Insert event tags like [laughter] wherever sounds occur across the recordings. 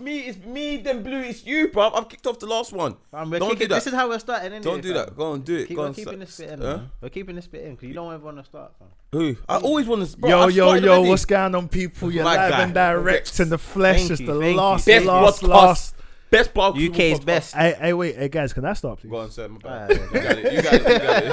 me. It's me. Then blue. It's you, bro. I've kicked off the last one. Fam, we're Don't kicking, do that. This is how we're starting. innit, Don't do fam? that. Go on, do it. Keep, Go we're on, keeping sa- this bit in. huh? man. We're keeping this bit in because you don't ever want to start. Fam. Who? I always want to. Yo, yo, yo, what's going on, people? You're My live guy. and direct in the flesh. Thank It's you, the thank you. last, best last, podcast? last. Best bar. UK's best. Hey, hey, wait, hey, guys, can I start, please? Go on, sir. My bad. Alright, you got it. [laughs] You got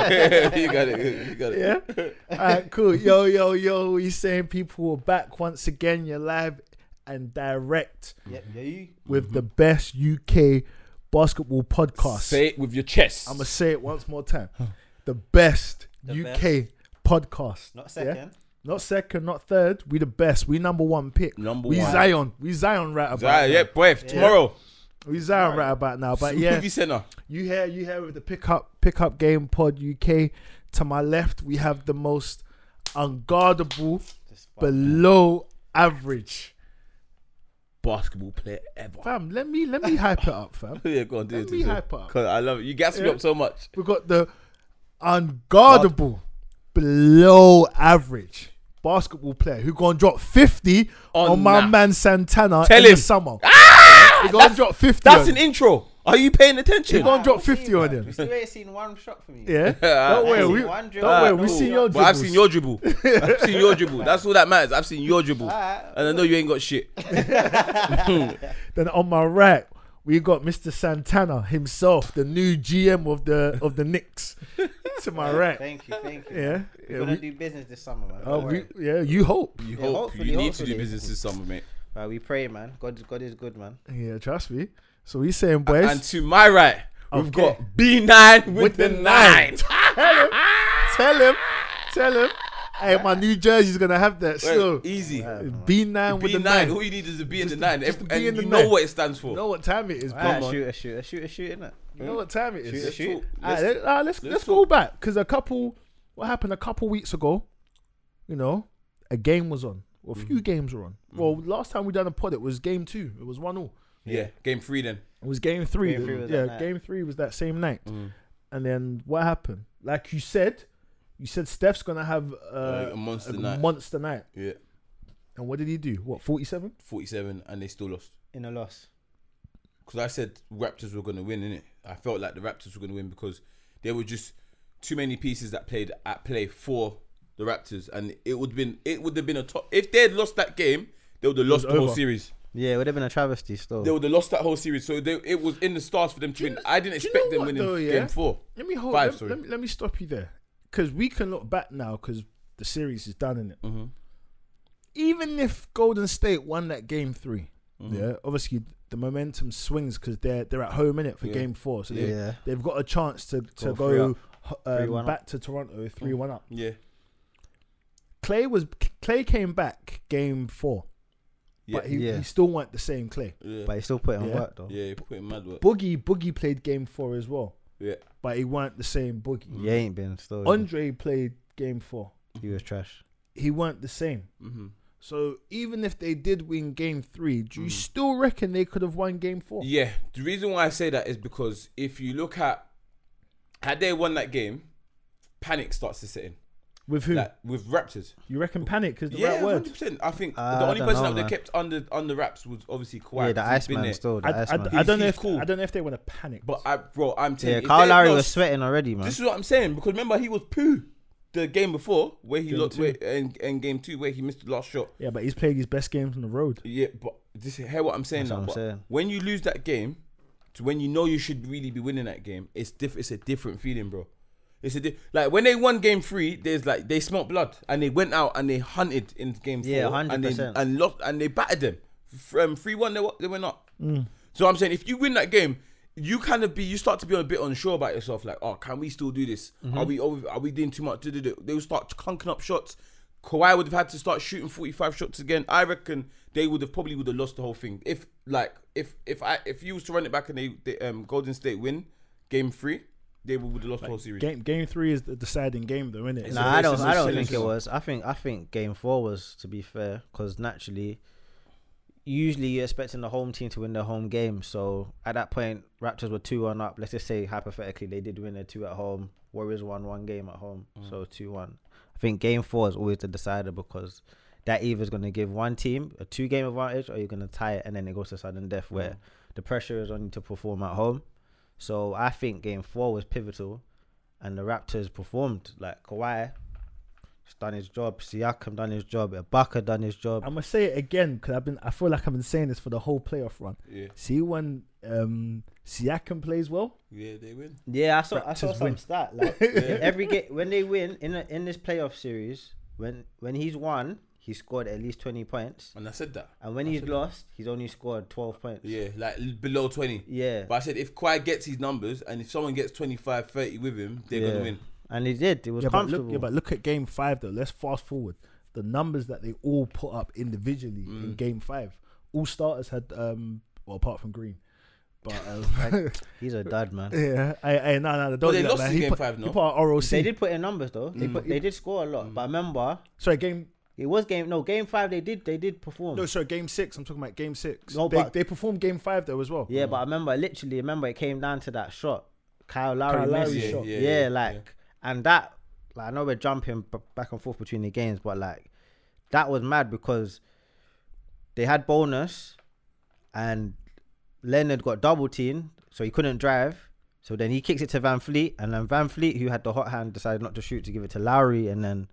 it. You got it. You got it. [laughs] Yeah. All right, cool. Yo, yo, yo. He's saying people were back once again. You're live and direct Yeah, yeah, you. with the best UK basketball podcast. Say it with your chest. I'm gonna say it once more time. The best The UK podcast. Not Yeah? second. Not second, not third. We the best. We number one pick. Number we one. Zion. We Zion right about Zai, now. yeah, breath. Tomorrow. We Zion right about now. But yeah, Movie center. you hear you hear with the pickup pickup game pod UK. To my left, we have the most unguardable, Just fuck. below average. Basketball player ever. Fam, let me let me hype it up, fam. [laughs] Yeah, go on, do Let it. me do it. hype up. 'Cause I love it. You gas me Yeah. up so much. We got the unguardable, below average basketball player who gonna drop fifty on, On my nah. man Santana Tell in him. Ah! the summer. He gonna drop fifty. That's on an him. intro. Are you paying attention? He [laughs] gonna Nah, drop we'll see, 50 on fam. him. You still ain't seen one shot from you. Yeah. Yeah. Don't worry, Ain't we, seen one don't dribble. worry, Nah, no. we see your Ah, But I've seen dribbles. your [laughs] dribble. I've seen your dribble. That's all that matters. I've seen your dribble. Alright. And I know you ain't got shit. Then on my right, we got Mr. Santana himself, the new GM of the of the Knicks. to my right, Thank you, thank you. [laughs] yeah, We're yeah, gonna we, do business this summer, man. uh, Don't we, worry. yeah. You hope, You Yeah, hope. hopefully, you need to hopefully. do business this summer, mate. Right, we pray, man. God, God is good, man. yeah. Trust me. So he's saying, boys, And to my right, we've Okay. got B9 with, With the, the nine. [laughs] tell him, tell him, hey, my new jersey's gonna have that. So Wait, easy. B nine with the B9, nine. all you need is a B and the Just- nine. If- just a B and and you the know nine. what it stands You for. know what time it is, bro. Alright, on. shoot, a shoot, a shoot, a shoot, innit? You know what time it Shoot, is. Let's shoot. talk. Alright, Let's- let, alright, let's let's let's go back because a couple, what happened a couple weeks ago, you know, a game was on. Well, a few Mm-hmm. games were on. Well, last time we done a pod, it was game two. It was one all. yeah, game three then. It was game three. Game three was yeah, that night. game three was that same night. Mm. And then what happened? Like you said, you said Steph's gonna have uh, Like a monster night. monster night. Yeah, And what did he do? What forty-seven? 47, and they still lost. In a loss. because I said Raptors were going to win, innit? I felt like the Raptors were going to win because there were just too many pieces that played at play for the Raptors, and it would been it would have been a top if they had lost that game, they would have lost the was whole over. series. Yeah, it would have been a travesty still. They would have lost that whole series, so they, it was in the stars for them to win. I didn't do you expect know them what winning though, yeah? game four. Let me hold. Five, let, sorry. let me, let me stop you there, because we can look back now, because the series is done in it. Mm-hmm. Even if Golden State won that game 3 Mm-hmm. yeah, obviously the momentum swings because they're they're at home in it for Yeah. game four, so They, Yeah. they've got a chance to to Go three go, Three um, one up. Mm. back to Toronto three one up. Yeah, Clay was Clay came back game four, yeah, but he, Yeah. he still weren't the same Clay. yeah. But he still put in Yeah. work, though. yeah, you're putting mad work. Boogie Boogie played game four as well, Yeah, but he weren't the same Boogie. He ain't been still. Andre played game four. he was trash. He weren't the same. mm-hmm. So even if they did win game three, do you Mm. still reckon they could have won game four? Yeah, the reason why I say that is because if you look at had they won that game, panic starts to set in. With who? Like with Raptors. you reckon panic is the Yeah, right word? hundred percent. I think Uh, the I only don't person know, that they man. kept under under wraps was obviously Kawhi. yeah, 'cause the he's been Iceman there. still. The I, I- Iceman. I don't know He's if cool. I don't know if they want to panic. But I, bro, I'm telling yeah, you, Kyle if they Lowry was lost- sweating already, man. This is what I'm saying because remember he was poo the game before where he Game looked two. where, in, in game two where he missed the last shot. yeah, but he's played his best games on the road. Yeah, but this hear what I'm saying That's now. what I'm but saying. When you lose that game, to when you know you should really be winning that game, it's diff. It's a different feeling, bro. It's a di- like when they won game three. There's like they smelt blood and they went out and they hunted in game four. Yeah, and they 100%. and lost and they battered them. From three one, they were, they went up. So I'm saying if you win that game. You kind of be, you start to be a bit unsure about yourself. Like, oh, can we still do this? Are we, over, are we doing too much? Du-du-du. They will start clunking up shots. Kawhi would have had to start shooting 45 shots again. I reckon they would have probably would have lost the whole thing. If like if if I if you was to run it back and they, they um Golden State win game three, they would have lost the whole series. Game game three is the deciding game though, isn't it? Nah, Nah, I don't. racism, I don't silly think it racism. was. I think. I think game four was, to be fair, because naturally, usually you're expecting the home team to win their home game. So at that point, Raptors were two one up. Let's just say hypothetically they did win their two at home. Mm. Warriors won one game at home, so two one. I think game four is always the decider because that either is going to give one team a two game advantage or you're going to tie it and then it goes to sudden death where Mm. the pressure is on you to perform at home. So I think game four was pivotal and the Raptors performed like Kawhi. has Done his job. Siakam done his job. Ibaka done his job. I'm gonna say it again because I've been. I feel like I've been saying this for the whole playoff run. Yeah, See when um, Siakam plays well, yeah, they win. Yeah, I saw I saw Raptors some win. stat [laughs] like in every game when they win in a, in this playoff series when when he's won he scored at least twenty points And I said that. and when he's lost he's only scored twelve points. Yeah, like l- below 20. Yeah. But I said if Kawhi gets his numbers and if someone gets 25, 30 with him, they're going Yeah. to win. and he did. It was yeah, but comfortable. look, yeah, but look at game five though. Let's fast forward. The numbers that they all put up individually Mm. in game five, all starters had, um, well, apart from Green, but [laughs] um, [laughs] he's a dud, man. yeah, I, I, no, no, don't But they do that, lost man. in He game put, five, he no? put out ROC. They did put in numbers though. Mm. They put, they did score a lot, but remember Sorry, game. it was game no game five. They did they did perform. No, sorry, game six. I'm talking about game six. No, they, but- they performed game five though as well. yeah, but I remember literally remember it came down to that shot. Kyle Lowry, Kyle Lowry missed. shot. Yeah, Yeah, yeah, like and that like I know we're jumping b- back and forth between the games, but like that was mad because they had bonus and Leonard got double teamed, so he couldn't drive. So then he kicks it to Van Fleet, and then Van Fleet, who had the hot hand, decided not to shoot to give it to Lowry, and then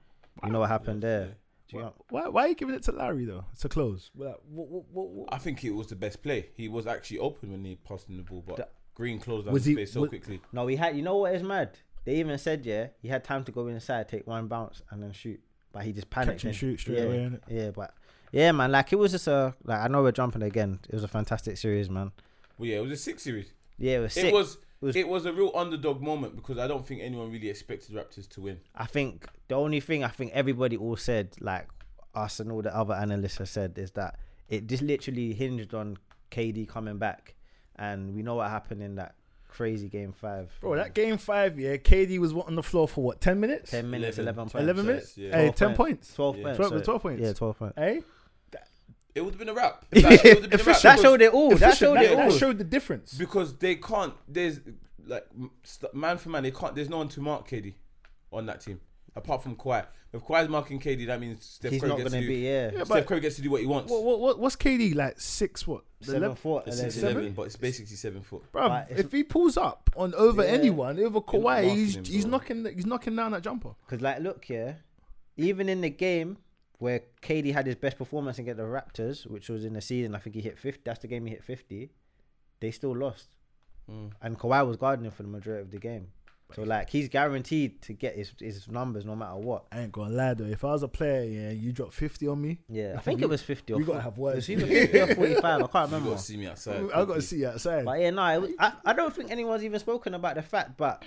you know what happened there. Do you know- Why, why are you giving it to Larry though? It's a close. Well, what, what, what, what- I think it was the best play. He was actually open when he passed him the ball, but That- Green closed down Was the he- space so was- quickly. No, he had. You know what is mad? They even said yeah, he had time to go inside, take one bounce, and then shoot. But he just panicked. Catch and then. shoot straight yeah, away, innit? Yeah, but yeah, man. Like it was just a. Like I know we're jumping again. It was a fantastic series, man. Well, yeah, it was a six series. Yeah, it was. Sick. It was, was- it was a real underdog moment because I don't think anyone really expected Raptors to win. I think the only thing I think everybody all said, like us and all the other analysts have said, is that it just literally hinged on KD coming back, and we know what happened in that crazy game five. bro, that game five, yeah, KD was on the floor for what, ten minutes? ten minutes, eleven, 11, points, 11 So minutes? it's- yeah. Hey, 12 10 points. twelve Yeah. points, 12 sorry. 12 points. Yeah, twelve points. Hey, It would have been a wrap. [laughs] Like, it would have been a wrap Efficient. That because- showed it all. That showed that, it that all. showed the difference. because they can't. There's like m- st- man for man. They can't. There's no one to mark KD on that team apart from Kawhi. If Kawhi's marking KD, that means Steph He's Curry not gets gonna to do, be yeah. Yeah, Steph but Curry gets to do what he wants. what, what, what, what's KD like? Six what? The Seven level- foot. It's eleven. six eleven, but it's basically seven foot. Bruv, Like, it's- if he pulls up on over Yeah. anyone, over Kawhi, marking he's him, he's bro. knocking he's knocking down that jumper. Because, like, look, yeah, even in the game where KD had his best performance against the Raptors, which was in the season, I think he hit 50. That's the game he hit 50. They still lost. Mm. And Kawhi was guarding him for the majority of the game. So, like, he's guaranteed to get his, his numbers no matter what. I ain't gonna lie though, if I was a player, yeah, you drop fifty on me, Yeah, I think it was 50 or we gotta 40. have words. It was either [laughs] 50 or 45. I can't You remember. gotta see me outside. I gotta quickly. see you outside. But yeah, no, it was, I, I don't think anyone's even spoken about the fact. But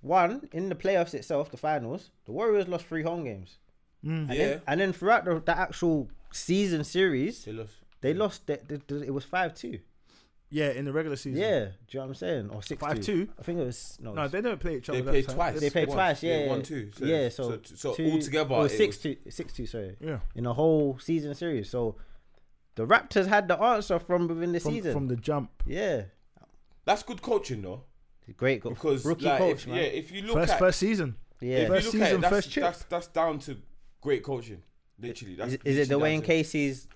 one in the playoffs itself, the finals, the Warriors lost three home games, Yeah, and then throughout the, the actual season series, they lost. they lost. They, they, they- it was five two. yeah, in the regular season. Yeah, do you know what I'm saying? Or six 5-2? I think it was no. No, it's- they don't play each other. They that played time. twice. they played once. twice. Yeah, Yeah, one, two. So- yeah, so so- so two- altogether or it six was- two, six two. Sorry, Yeah. in a whole season series. So the Raptors had the answer from within the From, season. from the jump. yeah, That's good coaching though, great go- because rookie like, coach, if, man. yeah, if you look First at first season. yeah. if First you look at season, it, that's, first chip. that's that's down to great coaching. Literally, that's Is, is it the way Wayne Casey's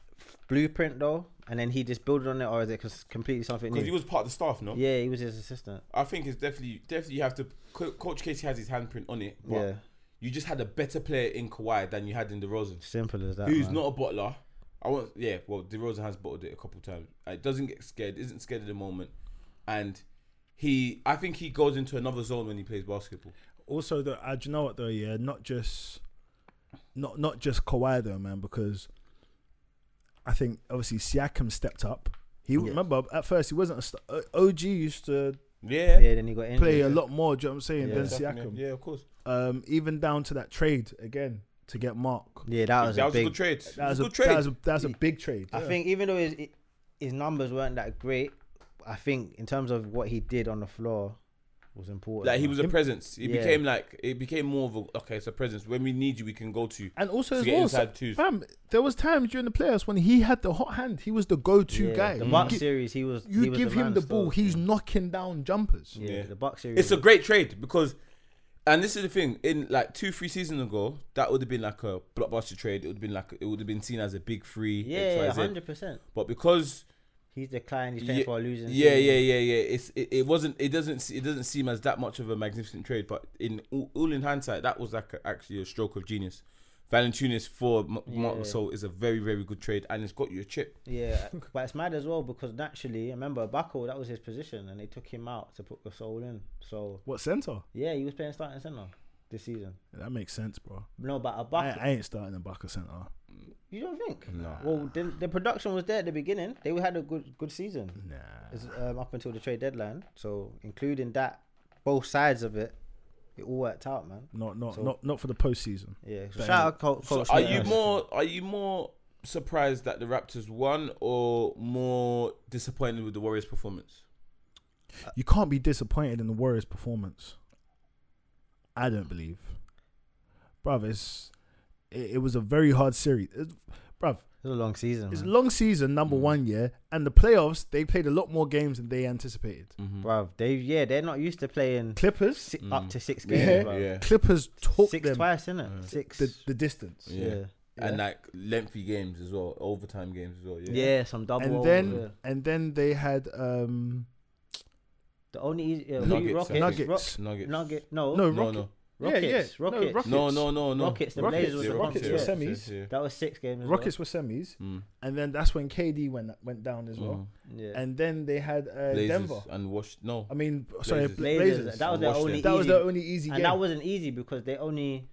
blueprint though, and then he just built on it, or is it cons- completely something new? Because he was part of the staff, no? yeah, he was his assistant. I think it's definitely definitely you have to. Co- Coach Casey has his handprint on it. But Yeah. You just had a better player in Kawhi than you had in DeRozan, Simple as that. who's man. not a bottler. I want, yeah. Well, DeRozan has bottled it a couple times. Uh, doesn't get scared, isn't scared at the moment, and he. I think he goes into another zone when he plays basketball. Also, though, uh, do you know what though? Yeah, not just, not not just Kawhi though, man. Because I think obviously Siakam stepped up. He remember at first he wasn't a st- uh, OG used to Yeah. Yeah, then he got injured. play a lot more. Do you know what I'm saying? Yeah. Than Definitely. Siakam. Yeah, of course. Um, even down to that trade again to get Mark. Yeah, that was that a was big. a good trade. That was, a a, good trade. That was a, that was a big trade. I yeah. think even though his his numbers weren't that great, I think in terms of what he did on the floor was important. like he man. was a presence. It Yeah. became like it became more of a okay. It's a presence. When we need you, we can go to. you. And also To as get well, inside so- twos. fam, there was times during the playoffs when he had the hot hand. He was the go-to Yeah, guy. The You Bucks gi- series, he was. you he was give the man him the ball, still. he's knocking down jumpers. yeah, Yeah. the Bucks series. It's a great trade because And this is the thing: in like two, three seasons ago, that would have been like a blockbuster trade. It would have been like it would have been seen as a big three. X, Yeah, Y, Z. hundred percent. But because He's declined. He's Ye- playing for a losing. yeah, team. yeah, yeah, yeah, it's it, it wasn't it doesn't se- it doesn't seem as that much of a magnificent trade. But in all, all in hindsight, that was like a, actually a stroke of genius. Valentunis for M- Yeah. Marc Gasol is a very very good trade, and it's got you a chip. Yeah, [laughs] but it's mad as well because naturally, remember Baco, that was his position, and they took him out to put Gasol in. So What center? yeah, he was playing starting center this season. That makes sense, bro. No, but a I, Baco, I ain't starting a Baca center. you don't think? Nah. Well, the, the production was there at the beginning. They had a good good season Nah. It's, um, up until the trade deadline. So including that, both sides of it, it all worked out, man. Not not So- not not for the postseason. Yeah. So Damn. shout out, Co- So coach. are you Nurse. more are you more surprised that the Raptors won, or more disappointed with the Warriors' performance? You can't be disappointed in the Warriors' performance. I don't believe, bruv. It's it, it was a very hard series, It's- bruv. It was a long season, It's man. long season number Mm. one, yeah, and the playoffs. They played a lot more games than they anticipated. bruv. They yeah, they're not used to playing Clippers, si- Mm. up to six Yeah. games, bruv. [laughs] Yeah. Clippers took Six them twice, innit? Yeah. Six. the, the distance. Yeah. yeah. and Yeah. like lengthy games as well, overtime games as well. Yeah. Yeah, some double. and overs, then yeah. and then they had um the only easy, uh, Nuggets, Rockets, I think. Nuggets. Nuggets. Nugget, Oh. no, No, No, Rocket- no, Rockets, yeah, yeah. Rockets, No, Rockets. no, no, no, no. Rockets, the Rockets, Blazers Yeah, were Rockets Rockets, were yeah. semis. Yeah. That was six games. as Rockets were semis, Mm, and then that's when KD went went down as well. mm. well. yeah. And then they had uh, Blazers Denver. Um, and Wash. No, I mean, sorry, Blazers. Blazers. Blazers. That was their Watch them. only. That easy, was their only easy game. and that wasn't easy because they only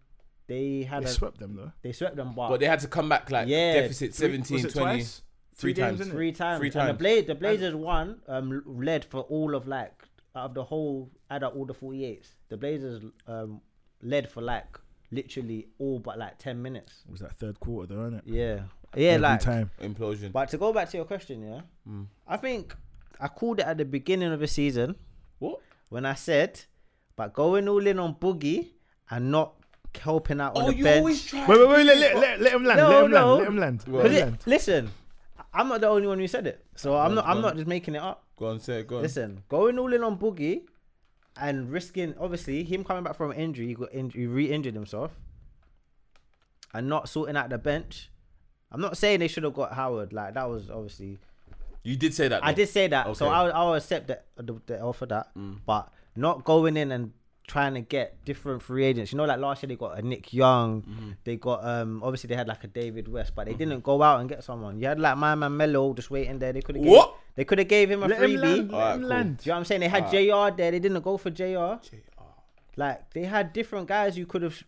they had they a, swept them though. they swept them bar but they had to come back like Yeah, deficit Three- 17, was it 20. twice? three times. innit? three times. Three And the, times. Bla- the Blazers won um led for all of like out of the whole out of all the forty eights. The Blazers um led for like literally all but like ten minutes. It was that third quarter though, innit? Yeah, yeah, Every like time. Implosion. But to go back to your question, yeah, I think I called it at the beginning of the season what? when I said, but going all in on Boogie and not helping out on Oh, the you bench. always try. Wait, wait, wait! Let, let, let, let him land. No, let him no. land. Let him land. Well, let Cause him it- land. listen, I'm not the only one who said it, so I'm not. I'm go not on. just making it up. Go on, say it. Go on. Listen, going all in on Boogie and risking obviously him coming back from injury, he got injury, re-injured himself, and not sorting out the bench. I'm not saying they should have got Howard. Like that was obviously You did say that. I though. did say that, so Okay. I'll, I'll accept that the, the offer that, Mm. but not going in and trying to get different free agents. You know, like last year they got a Nick Young, Mm-hmm. they got um obviously they had like a David West, but they didn't go out and get someone. You had like my man Melo just waiting there. They could have What? they could have gave him a Let him freebie. land. Let Alright, him cool. land. Do you know what I'm saying? They had JR there. They didn't go for JR. Like they had different guys who could have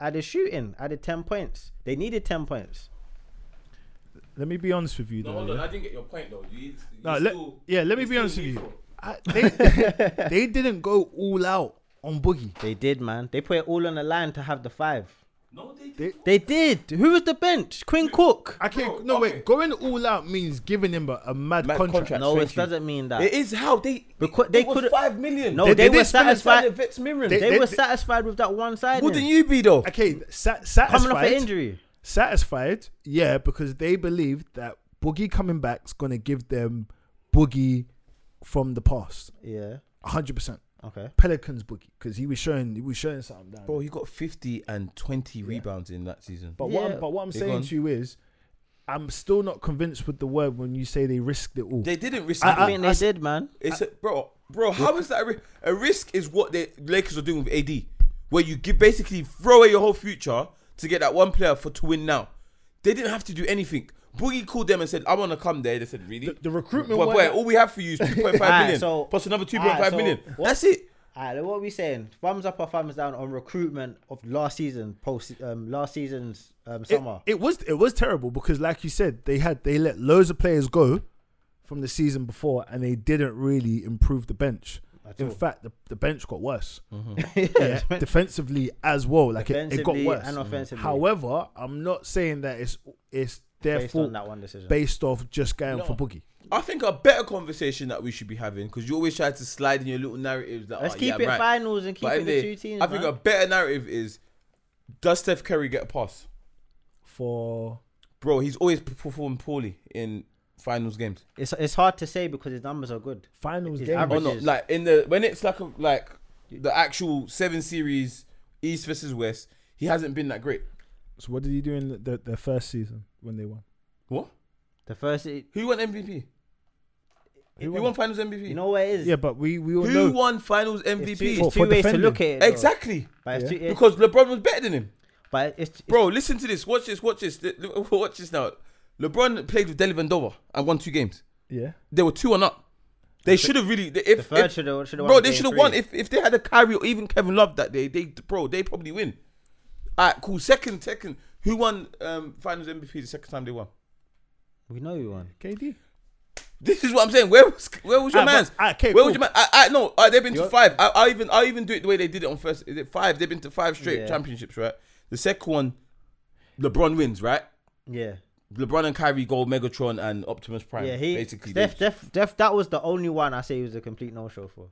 added shooting, added ten points. They needed ten points. Let me be honest with you No, though. hold on. yeah? I didn't get your point though. You, you No, still, let, yeah, let me you be still honest with need you. for- I, they, they didn't go all out on Boogie. They did, man. They put it all on the line to have the five. No, they They- did. They did. Who was the bench? Quinn Cook. I can't. Bro, no, okay. wait. Going all out means giving him a, a mad, Mad contract. contract. No, Thank it you. doesn't mean that. It is how they. Because it they was could've- five million. no, They- they, they were did spend a Signing satisfied. Vex Mirren. They, They- they- were satisfied with that one side. Wouldn't you be though? Okay, sa- coming off an satisfied. injury? Satisfied, yeah, because they believe that Boogie coming back's gonna give them Boogie from the past, Yeah. hundred percent. Okay. Pelicans Boogie, because he was showing he was showing something down. Bro, he got 50 and 20 rebounds in that season. But what Yeah. I'm, but what I'm They saying gone. to you is, I'm still not convinced with the word when you say they risked it all. They didn't risk I, it. think they did, man. It's a, bro, bro. How is that a, ri- a risk? Is what the Lakers are doing with AD, where you give, basically throw away your whole future to get that one player for to win now. They didn't have to do anything. Boogie called them and said, "I want to come there." They said, "Really?" The- the recruitment But weren't- boy, all we have for you [laughs] is two point Alright, five million so- plus another two point five alright, so million. what- That's it. Alright, then what are we saying? Thumbs up or thumbs down on recruitment of last season, post um, last season's um, it, summer. [laughs] it was it was terrible because, like you said, they had they let loads of players go from the season before, and they didn't really improve the bench. At In all. Mm-hmm. fact, the, the bench got worse. yeah, Yeah, defensively as well, like it, it got Defensively worse. and offensively. However, I'm not saying that it's it's their based on fault that one decision. based off just going for Boogie. I think a better conversation that we should be having because you always try to slide in your little narratives that Let's "Oh, keep yeah, it right." finals and keep But it the anyway, two teams. I think man. a better narrative is: Does Steph Curry get a pass? For Bro, he's always performed poorly in finals games. it's it's hard to say because his numbers are good. finals His game, average- Oh no! Averages. Like in the when it's like a, like the actual seven series East versus West, he hasn't been that great. So what did he do in the, the, their first season when they won? What? The first, it, Who won MVP? Who won, Finals MVP? you know what it is. Yeah, but we we all Who know. won Finals It's two, MVP? For- it's two for ways defending. to look at it. though. Exactly, But it's, Yeah. two, it's, because LeBron was better than him. but it's, it's Bro, listen to this. Watch this. Watch this. [laughs] Watch this now. LeBron played with Deli Vendova and won two games. Yeah, They were two and up. They should have really. They, if, the third if- should have should have bro, they should have won. If if they had a Kyrie or even Kevin Love that day, they bro, they probably win. All right, cool. Second, second. Who won um, Finals MVP the second time they won? [laughs] we know you won. KD. This is what I'm saying. Where was where was your Ah, but- man's? ah, okay, where cool. was your man? I, I no. I, they've been You're- to five. I, I even I even do it the way they did it on first. Is it five? They've been to five straight Yeah. championships, right? The second one, LeBron wins, right? Yeah, LeBron and Kyrie go Megatron and Optimus Prime. yeah. He basically. Steph, they- Steph, Steph, That was the only one I say he was a complete no show for.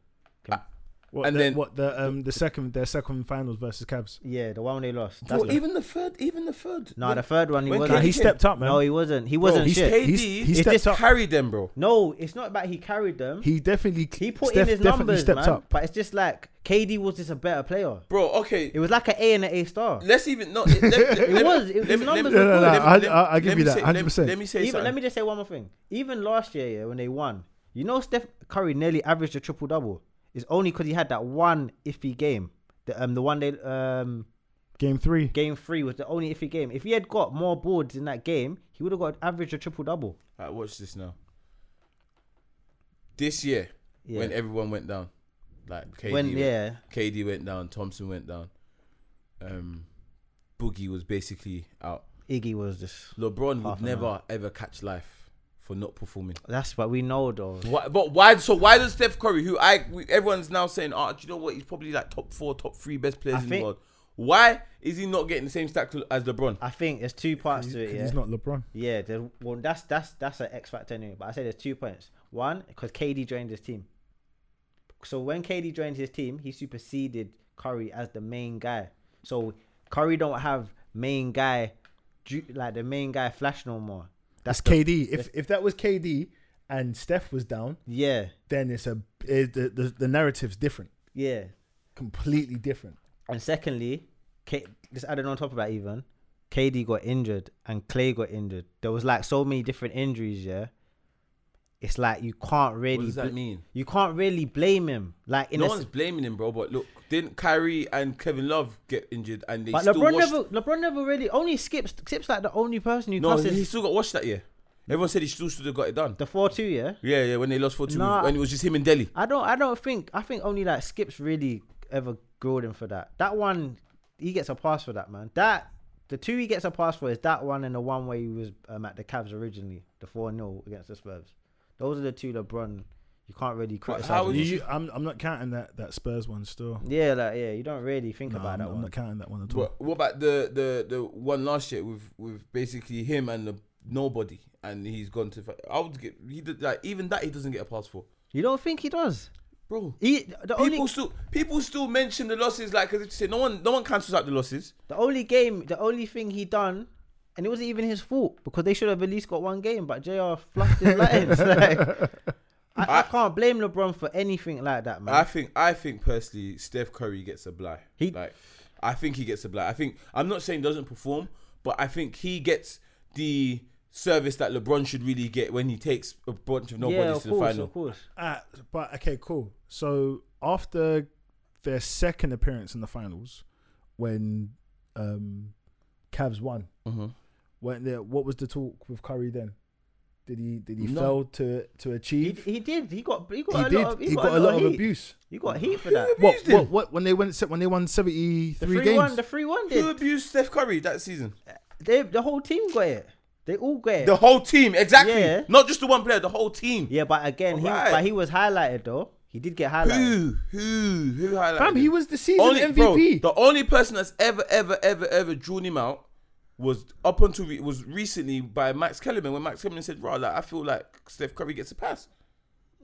What, And the, then- what the um the second their second finals versus Cavs? Yeah, the one they lost. That's Bro, the- even the third, even the third. no, When- the third one he when Nah, wasn't. he KD stepped up, man. no, he wasn't. He wasn't he shit. stayed- KD He's- he is stepped just up. carried them, bro. no, it's not about he carried them. He, He definitely put Steph in his definitely numbers, stepped man. up. But it's just like KD was just a better player. Bro, okay. It was like an A and an A star. Let's even no. [laughs] It, let, it was, it- his numbers were No, no, no, good. I- I- I give you that, 100%. Let me say Even, something. let me just say one more thing. Even last year, yeah, when they won, you know, Steph Curry nearly averaged a triple double. It's only because he had that one iffy game. The um the one day um Game three. game three was the only iffy game. If he had got more boards in that game, he would have got average a triple double. Alright, watch this now. This year, Yeah. when everyone went down, like KD, When went, yeah, KD went down, Thompson went down, um, Boogie was basically out. Iggy was just. LeBron Half would an never ever catch life for not performing. That's what we know though. Why, but why? So why does Steph Curry, who I we, everyone's now saying, ah, do you know what? He's probably like top four, top three best players I in think- the world. Why is he not getting the same stack to, as LeBron? I think there's two parts to 'Cause it. Yeah. He's not LeBron. Yeah, there, well, that's that's that's an X factor anyway. But I say there's two points. One, because KD joined his team. So when KD joined his team, he superseded Curry as the main guy. So Curry don't have main guy, ju- like the main guy flash no more. That's the- KD. If if that was KD and Steph was down, Yeah, then it's a it, the, the the narrative's different, yeah. completely different. And secondly, K, just added on top of that even, KD got injured and Clay got injured. There was like so many different injuries. Yeah, it's like you can't really. What does that bl- mean? You can't really blame him. Like in No a one's blaming him, bro. But look, didn't Kyrie and Kevin Love get injured and they But still LeBron washed? never, LeBron never really only skips. Skip's like the only person who no, cusses he still got washed that year. Everyone said he still should have got it done. the four two. Yeah, Yeah, yeah. When they lost four two, Nah. when it was just him and Delhi. I don't, I don't think, I think only like Skip's really ever grilled him for that. That one, he gets a pass for that man. That the two he gets a pass for is that one and the one where he was um, at the Cavs originally, the four 0 against the Spurs. Those are the two LeBron. You can't really criticize. how him. would You, you- you- I'm I'm not counting that that Spurs one still. yeah, like yeah, you don't really think No, about I'm, that I'm one. not counting that one at all. But what about the the the one last year with with basically him and the nobody, and he's gone to. fi- I would get he did, like even that he doesn't get a pass for, You don't think he does? bro. He the only People still people still mention the losses like as if to say no one no one cancels out the losses. The only game, the only thing he done, and it wasn't even his fault because they should have at least got one game, but JR fluffed his lines. [laughs] Like, I, I can't blame LeBron for anything like that, man. I think I think personally Steph Curry gets a bly. He- like I think he gets a bly. I think I'm not saying doesn't perform, but I think he gets the service that LeBron should really get when he takes a bunch of nobodies yeah, of to the course, final. of course. Ah, but okay, cool. So after their second appearance in the finals, when um, Cavs won, Mhm. Mm-hmm. when the, what was the talk with Curry then? Did he did he No. fail to to He, achieve? he did. He got. He got He a did. lot of. he got, a lot of heat. abuse. He got heat for that. What, abused him. what what when they went se- when they won seventy The three three games? one. The three one Who did. abused Steph Curry that season? They, the whole team got it. They all got it. The whole team, exactly. Yeah. Not just the one player, the whole team. yeah, but again, he, Alright. but he was highlighted though. He did get highlighted. Who, who, who highlighted? Fam, him? he was the season only, bro, MVP. the only person that's ever, ever, ever, ever drawn him out was up until re- was recently by Max Kellerman when Max Kellerman said, "Raw, like I feel like Steph Curry gets a pass."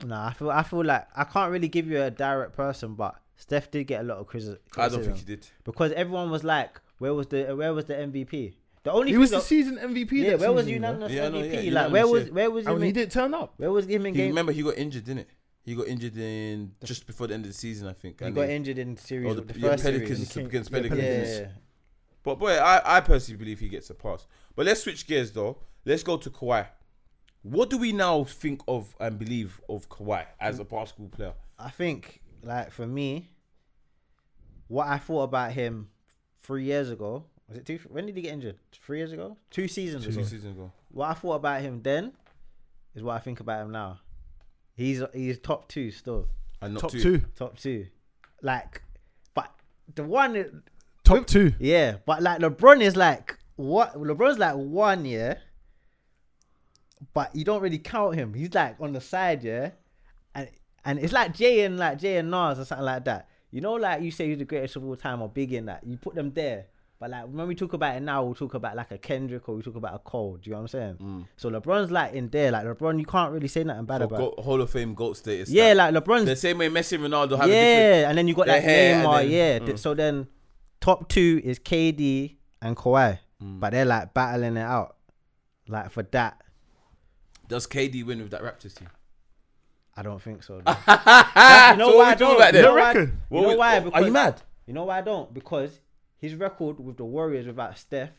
Nah, I feel. I feel like I can't really give you a direct person, but Steph did get a lot of criticism. I don't think he did. because everyone was like, "Where was the uh, where was the MVP?" The only he thing was the that- season MVP. yeah, that where was season, you know? unanimous Yeah, I know, MVP? yeah, like, where unanimous, was yeah. where was And him he in, didn't turn up. where was him in He, game? remember, he got injured, didn't it? He got injured in just before the end of the season, I think. He and got they- injured in series Oh, the- the yeah, first Pelicans series. King- against yeah, Pelicans. Yeah, Pelicans. yeah, yeah. But boy, I, I personally believe he gets a pass. But let's switch gears though. Let's go to Kawhi. What do we now think of and believe of Kawhi as a basketball player? I think, like for me, what I thought about him three years ago was it two? When did he get injured? Three years ago? Two seasons Two ago. seasons ago. What I thought about him then is what I think about him now. He's he's top two still, And Uh, not Top two. two. top two, like, but the one, Top two. yeah, but like LeBron is like what LeBron's like one yeah, but you don't really count him. He's like on the side yeah, and and it's like Jay and like Jay and Nas or something like that. You know, like you say, he's the greatest of all time or big in that. You put them there. But like when we talk about it now, we'll talk about like a Kendrick or we talk about a Cole. Do you know what I'm saying? So LeBron's like in there. Like LeBron, you can't really say nothing bad Or about. go- Hall of Fame GOAT status. yeah, Like, like LeBron's the same way Messi and Ronaldo have a different. yeah, and then you got their that hair and Neymar. then- Mm. yeah. Th- So then, top two is KD and Kawhi, Mm. but they're like battling it out, like for that. Does KD win with that Raptors team? I don't think [laughs] so. bro. [laughs] Ah, you know so what why we I talking don't? about You then? know why? reckon? You What know we- why? Are you mad? You know why I don't? Because his record with the Warriors without Steph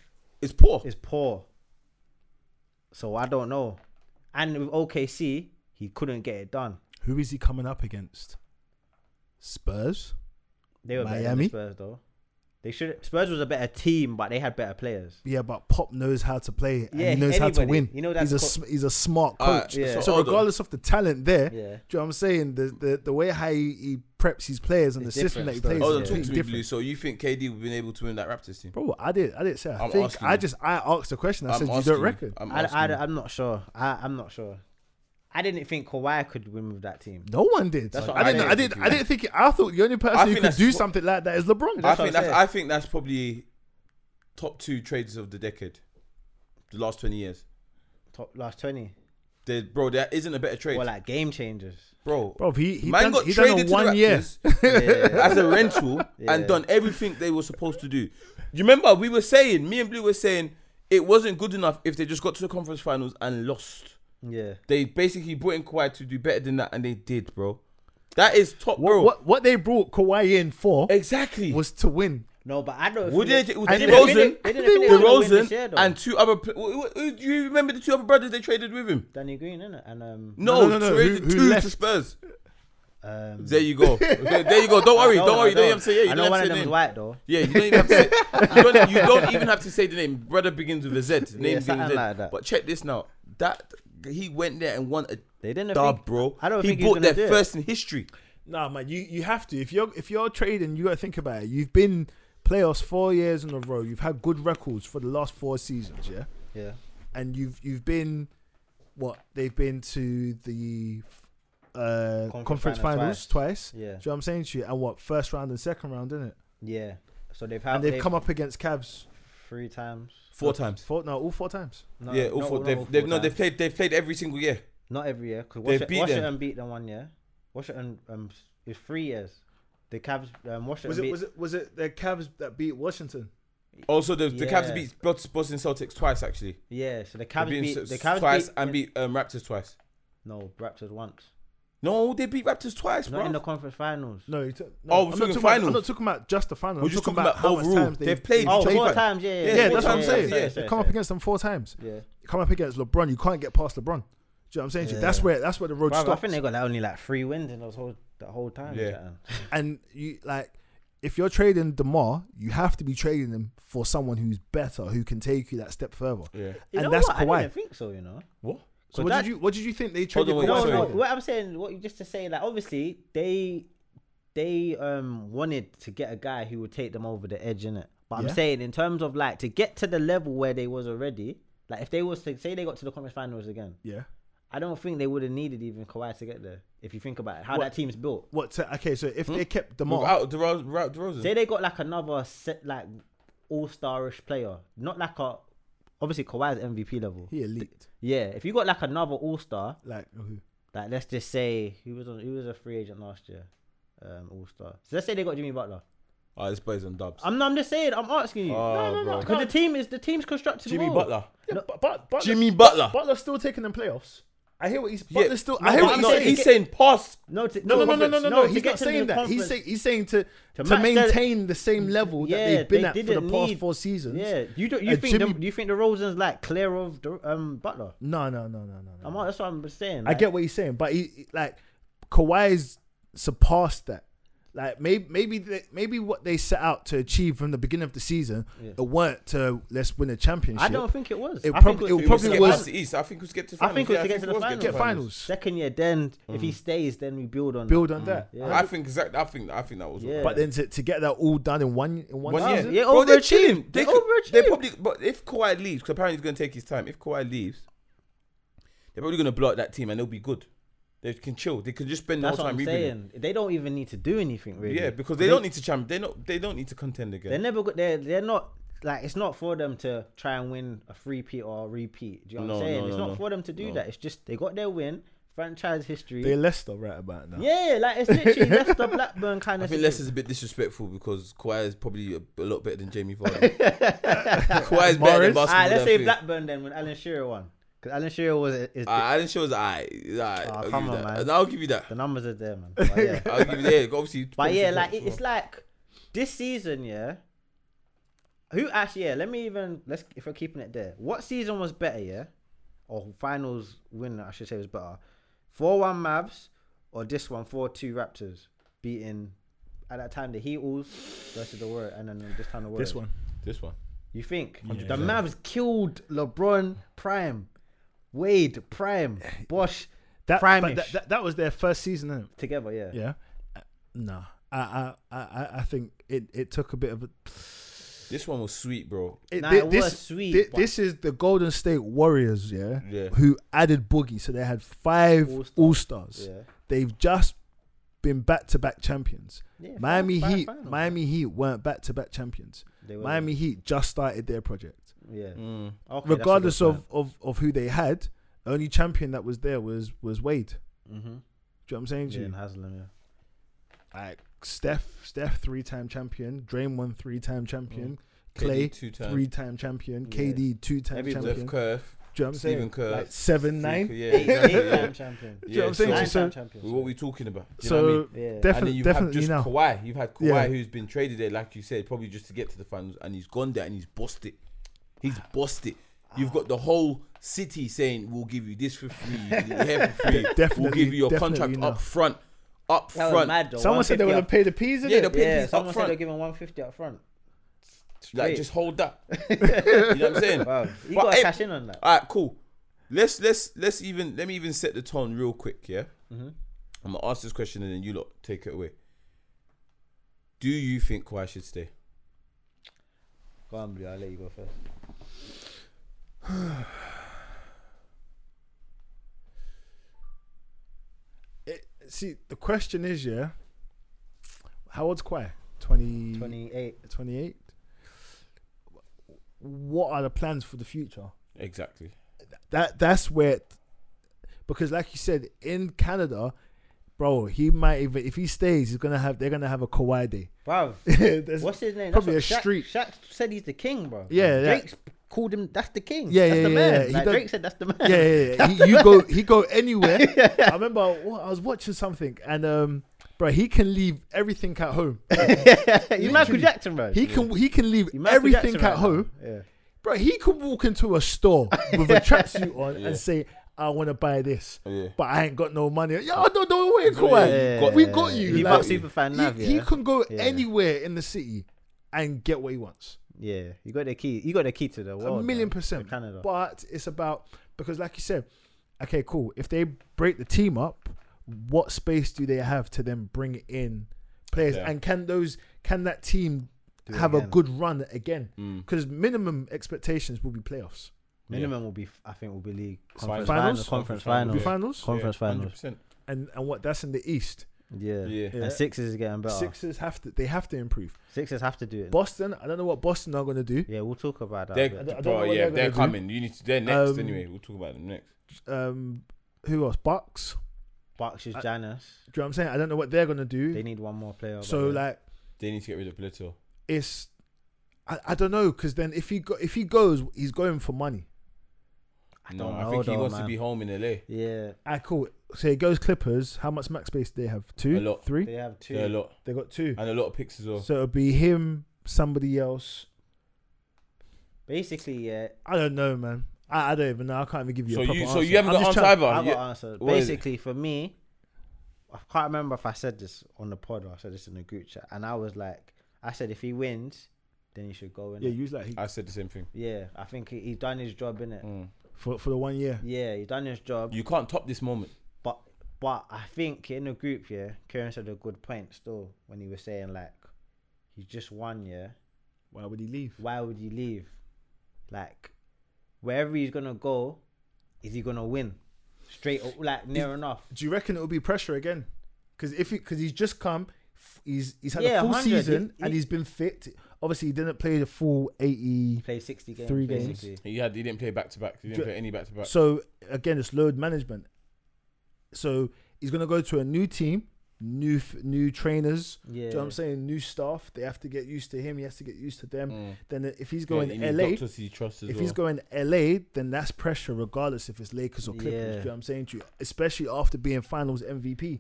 It's poor. is poor. So I don't know. And with OKC, he couldn't get it done. Who is he coming up against? Spurs. They were better than Miami? Spurs though. They should. Spurs was a better team, but they had better players. Yeah, but Pop knows how to play and Yeah, he knows how to anybody. win. You know that's he's a co- sm- he's a smart All right, coach. Yeah. So hold on. regardless of the talent there, do you Yeah. know what I'm saying? The the, the way how he, he preps his players and It's the system that he different, plays so- Hold on, is talk to completely me, different. Blue. So you think KD would have been able to win that Raptors team? Bro, I did I didn't say I I'm think asking I you. just I asked a question. I I'm said you asking don't reckon. I'm I, asking I, you. I'm not sure. I, I'm not sure. I didn't think Kawhi could win with that team. No one did. That's what I I'm didn't. saying. I didn't. I didn't think. It, I thought the only person think who could that's do what- something like that is LeBron. I That's what think I'm that's saying. I think that's probably top two trades of the decade, the last twenty years. Top last twenty There, bro, there isn't a better trade, or like game [laughs] changers. bro. Bro, he he Man done, got he done traded a to the one year. Raptors Yeah. as a rental [laughs] Yeah. and done everything they were supposed to do. You remember we were saying, me and Blue were saying, it wasn't good enough if they just got to the conference finals and lost. yeah. They basically brought in Kawhi to do better than that, and they did, bro. That is top, What, bro. what what they brought Kawhi in for Exactly. was to win. No, but I don't. Would think they- would I they didn't DeRozan- think they- they [laughs] didn't think they were gonna win this year, DeRozan though. and two other. pl- wh- wh- who- Do you remember the two other brothers they traded with him? Danny Green, innit? And um, No, No, no, no, traded who- who two to left? Spurs. um There you go. [laughs] Okay, there you go. Don't worry. I Don't, worry. You don't even have to say. Yeah, you I don't know have one to of say them the is name. white though. Yeah, you don't even have to say. You don't, you don't even have to say the name. Brother begins with a Z. Name Yeah, begins with something Z. like that. But check this now. That he went there and won a They didn't dub, think- bro. I don't he think he's bought gonna their do it. first in history. Nah, man, you, you have to. If you're if you're trading, you gotta think about it. You've been playoffs four years in a row. You've had good records for the last four seasons, yeah. Yeah. And you've you've been what they've been to the uh, Conference conference, finals finals, twice. Yeah. Do you know what I'm saying to you? And what first round and second round, isn't it? Yeah. So they've had And they've come up against Cavs three times. Four times. four no all four times. No, yeah, all not- four. not They've, all they've no, times. they've played. They've played every single year. Not every year, because They've Washington, beat them. Washington beat them one year. Washington um is three years. The Cavs um Washington Was beat it was it was it the Cavs that beat Washington? Also, the, the Cavs Yeah. beat Bos- Boston Celtics twice. Actually, yeah. So the They Cavs beat S- the Cavs twice beat, and beat um, Raptors twice. no Raptors once. No, they beat Raptors twice, Not bro. in the conference finals. No, you t- Oh, we're no I'm, not talking talking about, finals. I'm not talking about just the finals. We're I'm just talking talking about about how much overall. times they- They've played- Oh, Take four back. times, yeah, yeah. Yeah, four that's what I'm times. saying. Yeah, They've come up against them four times. Yeah, come up against LeBron, you can't get past LeBron. Do you know what I'm saying? to you? That's Yeah. where that's where the road Bruv, I stops. think they got like, only like three wins in those whole that whole time. Yeah. Yeah, and you like if you're trading Demar, you have to be trading him for someone who's better, who can take you that step further. Yeah. you and know that's what? I Kawhi. didn't think so. You know. What? So But what that- did you what did you think they Hold traded? on, wait, No, Kawhi sorry. no. for? What I'm saying, what you just to say, like obviously they they um wanted to get a guy who would take them over the edge, innit? But I'm Yeah. saying in terms of like to get to the level where they was already, like if they was to say they got to the conference finals again, Yeah. I don't think they would have needed even Kawhi to get there. If you think about it, how What? that team's built. What? so- okay, so if they kept Demar, Without DeRoz- Ra- DeRozan. Say they got like another set like all starish player, not like a obviously Kawhi's MVP level. he elite. Yeah, if you got like another all star, Like who? like let's just say he was on he was a free agent last year, um, all star. So let's say they got Jimmy Butler. Oh, this boy's on dubs. I'm I'm just saying, I'm asking you. Oh, no, no, no, bro. because the team is the team's constructed. Jimmy well. Butler. Yeah, but, but, but Jimmy Butler. Butler's still taking them playoffs. I hear what he's. Butler's still. I no, hear but what I'm he's no, saying. saying- He's saying pass. No, to, No, to no, a no, no, no, conference. no, no. to He's get not to the saying that. He's conference. saying he's saying to to, match their- Mm, maintain the same level that Yeah, they've been they at for the didn't past need- four seasons. Yeah, you don't. You Uh, think? Jimmy- the, you think the Rosen's like clear of the, um Butler? No, no, no, no, no. no. I'm, that's what I'm saying. I like- get what he's saying, but he like Kawhi's surpassed that. Like maybe maybe they, maybe what they set out to achieve from the beginning of the season, it weren't to let's win a championship. I don't think it was. It I prob- think it It probably was, get get was- past the East. I think it was get to I finals. think it was Yeah, to get to the it was finals. get Get finals. Second year, then if Mm. he stays, then we build on. build on that. Mm, Yeah. I think exactly. I think I think that was. what- Yeah. But then to, to get that all done in one in one, One year. season, Yeah, Bro, they're overachieved. chilling. They They could, They overachieved. probably. But if Kawhi leaves, because apparently he's going to take his time. If Kawhi leaves, they're probably going to blow out that team and they'll be good. They can chill. They can just spend the That's whole what time I'm rebuilding. saying. They don't even need to do anything really. Yeah, because they, don't need to champ. They not. They don't need to contend again. They're never good. They're they're not like it's not for them to try and win a three-peat or a repeat. Do you know what No, I'm saying? no, it's no, not no. for them to do that. It's just they got their win, franchise history. they're Leicester right about now. yeah, like [laughs] it's literally Leicester Blackburn kind I of. think Leicester's a bit disrespectful because Kawhi is probably a, a lot better than [laughs] Jamie Vardy. Kawhi is better than Morris? basketball. Alright, let's than say thing. Blackburn then when Alan Shearer won, because Alan Shearer was is Alright, I didn't show us. I. Right, Aw, I'll give come you on, that. man. And I'll give you that. the numbers are there, man. [laughs] But yeah. I'll give you that. Obviously, But yeah, Thompson like it, Thompson. it's like this season, yeah. Who actually? Yeah, let me even let's if we're keeping it there. What season was better, yeah, or finals win? I should say was better. Four one Mavs or this one four two Raptors beating at that time the Heatles versus the Warriors and then this time the Warriors. This one, this one. You think the Mavs killed LeBron Prime, Wade [laughs] Prime, Bosch that, Prime but that, that that was their first season. Innit? together? Yeah. Yeah, Uh, nah. I, I I I- I think it, it took a bit of a. This one was sweet, bro. It, Nah, thi- it was sweet, thi- but- this is the Golden State Warriors, yeah, [laughs] Yeah. who added Boogie, so they had five All-stars. All Stars. Yeah. They've just been back to back champions. Yeah, Miami fi- fi- Heat, finals. Miami Heat weren't back to back champions. They were- Oh, Miami Heat just started their project, Yeah. Mm. Okay, that's a good regardless point. of, of of who they had. The only champion that was there was was Wade. Mhm. Do you know what I'm saying? to Yeah, you? in Haslam, yeah. Like Steph, Steph three time champion, Draymond three time champion, Clay KD Mm. two-time. three time champion, Yeah. KD two time Everybody- champion. Steph Curve. Do you know what I'm Stephen saying? Kerr, Like seven nine. Yeah, Eight, exactly, eight yeah. time [laughs] champion. Yeah, you know what I'm saying? Nine so- time So- champion. What are we talking about? Do you so know what I mean? Yeah. def- and then you have definitely just now. Kawhi. You've had Kawhi, Yeah. who's been traded there, like you said, probably just to get to the finals, and he's gone there and he's bossed it. He's Ah. bossed it. You've got the whole city saying, "We'll give you this for free, you can have for [laughs] free. we'll definitely- give you your contract definitely up now. front, up That was front." mad though. Someone said they were gonna 150 pay the P's, Yeah, they'll didn't it? pay up- Yeah, these up someone said front. they're giving 150 up front. Like, Straight. just hold [laughs] that. you know what I'm saying? Wow. You But, gotta hey, cash in on that. All right, cool. Let's let's let's even let me even set the tone real quick. Yeah, Mm-hmm. I'm gonna ask this question and then you lot take it away. Do you think Kawhi should stay? Go on, Blue. I'll let you go first. It- See, the question is, yeah, how old's Kawhi? 20, 28. 28? What are the plans for the future? Exactly. That that's where, because like you said, in Canada, bro, he might even if he stays, he's gonna have they're gonna have a Kawhi [laughs] day. Wow. There's- What's his name? Probably That's a what Shaq- street. Shaq said he's the king, bro. Yeah, yeah. Drake's called him. That's the king. Yeah, that's yeah, the yeah, man. yeah. He Like, don't- Drake said, that's the man. [laughs] [laughs] yeah, yeah, yeah. He, you go, he go [laughs] anywhere. I remember what, I was watching something, and um, bro, he can leave everything at [laughs] home. He's Michael Jackson, bro. He can, he can leave He's Michael everything Jackson at right now. home, Yeah. bro. He could walk into a [laughs] store with a tracksuit on and say, "I want to buy this." Yeah. But I ain't got no money. Yeah, no, don't worry, Kawhi. yeah, yeah, we yeah, got yeah. you. He like- got super fan Nav, he, he yeah. can go Yeah. anywhere in the city and get what he wants. Yeah, you got the key. You got the key to the world. a million bro. percent. To Canada. But it's about because, like you said, okay, cool. If they break the team up, what space do they have to then bring in players? Yeah. And can those can that team it have a again. good run again? Mm. Because minimum expectations will be playoffs. Minimum will be, I think, will be league Finals. conference finals, conference Finals? Finals. finals, Will be finals conference finals. 100%. and and what that's in the East. Yeah. Yeah. Yeah. and sixes is getting better. Sixers have to they have to improve. Sixers have to do it. Boston, I don't know what Boston are going to do. yeah, we'll talk about that. They're, a I bit. don't know bro, what yeah, they're they're gonna do. coming. You need to. They're next Um, anyway. We'll talk about them next. Um, who else? Bucks. Bucks is I- Janus. Do you know what I'm saying? I don't know what they're going to do. They need one more player. but so yeah. like They need to get rid of Blitto. it's I, I don't know because then if he go, if he goes, he's going for money. I no, don't I know, think he though, wants to man. be home in LA. Yeah, I cool. So it goes Clippers. How much max space do they have? Two, A lot. three. they have Yeah, a two. lot They got two. and a lot of picks as well. So it'll be him, somebody else. Basically, yeah. I don't know, man. I, I don't even know. I can't even give you. So a proper you, so answer. you haven't I'm got just answer trying- either. I've got Yeah. an answer. what is it? Basically, for me, I can't remember if I said this on the pod or I said this in the group chat, and I was like, I said if he wins, then he should go in. Yeah, you was like he- I said the same thing. yeah. I think he, he done his job in it. Mm. for for the one year. Yeah, he done his job. You can't top this moment. But but I think in the group, yeah, Kieran said a good point still when he was saying like, he's just won, yeah. Why would he leave? Why would you leave? Like, wherever he's gonna go, is he gonna win? Straight up, like near enough. Do you reckon it will be pressure again? Because if because he's just come, f- he's he's had Yeah, a full 100. season He- and he- he's been fit. Obviously, he didn't play the full eighty. Play sixty games. Three games. basically. He had he didn't play back to back. He didn't Ju- play any back to back. So again, it's load management. So he's gonna go to a new team, new f- new trainers. Yeah. Do you know what I'm saying? New staff. They have to get used to him. He has to get used to them. Mm. Then if he's Yeah, um, going you need LA, doctors he trusts as if well. he's going LA, then that's pressure regardless if it's Lakers or Clippers. Do Yeah. you know what I'm saying to you? Especially after being Finals MVP.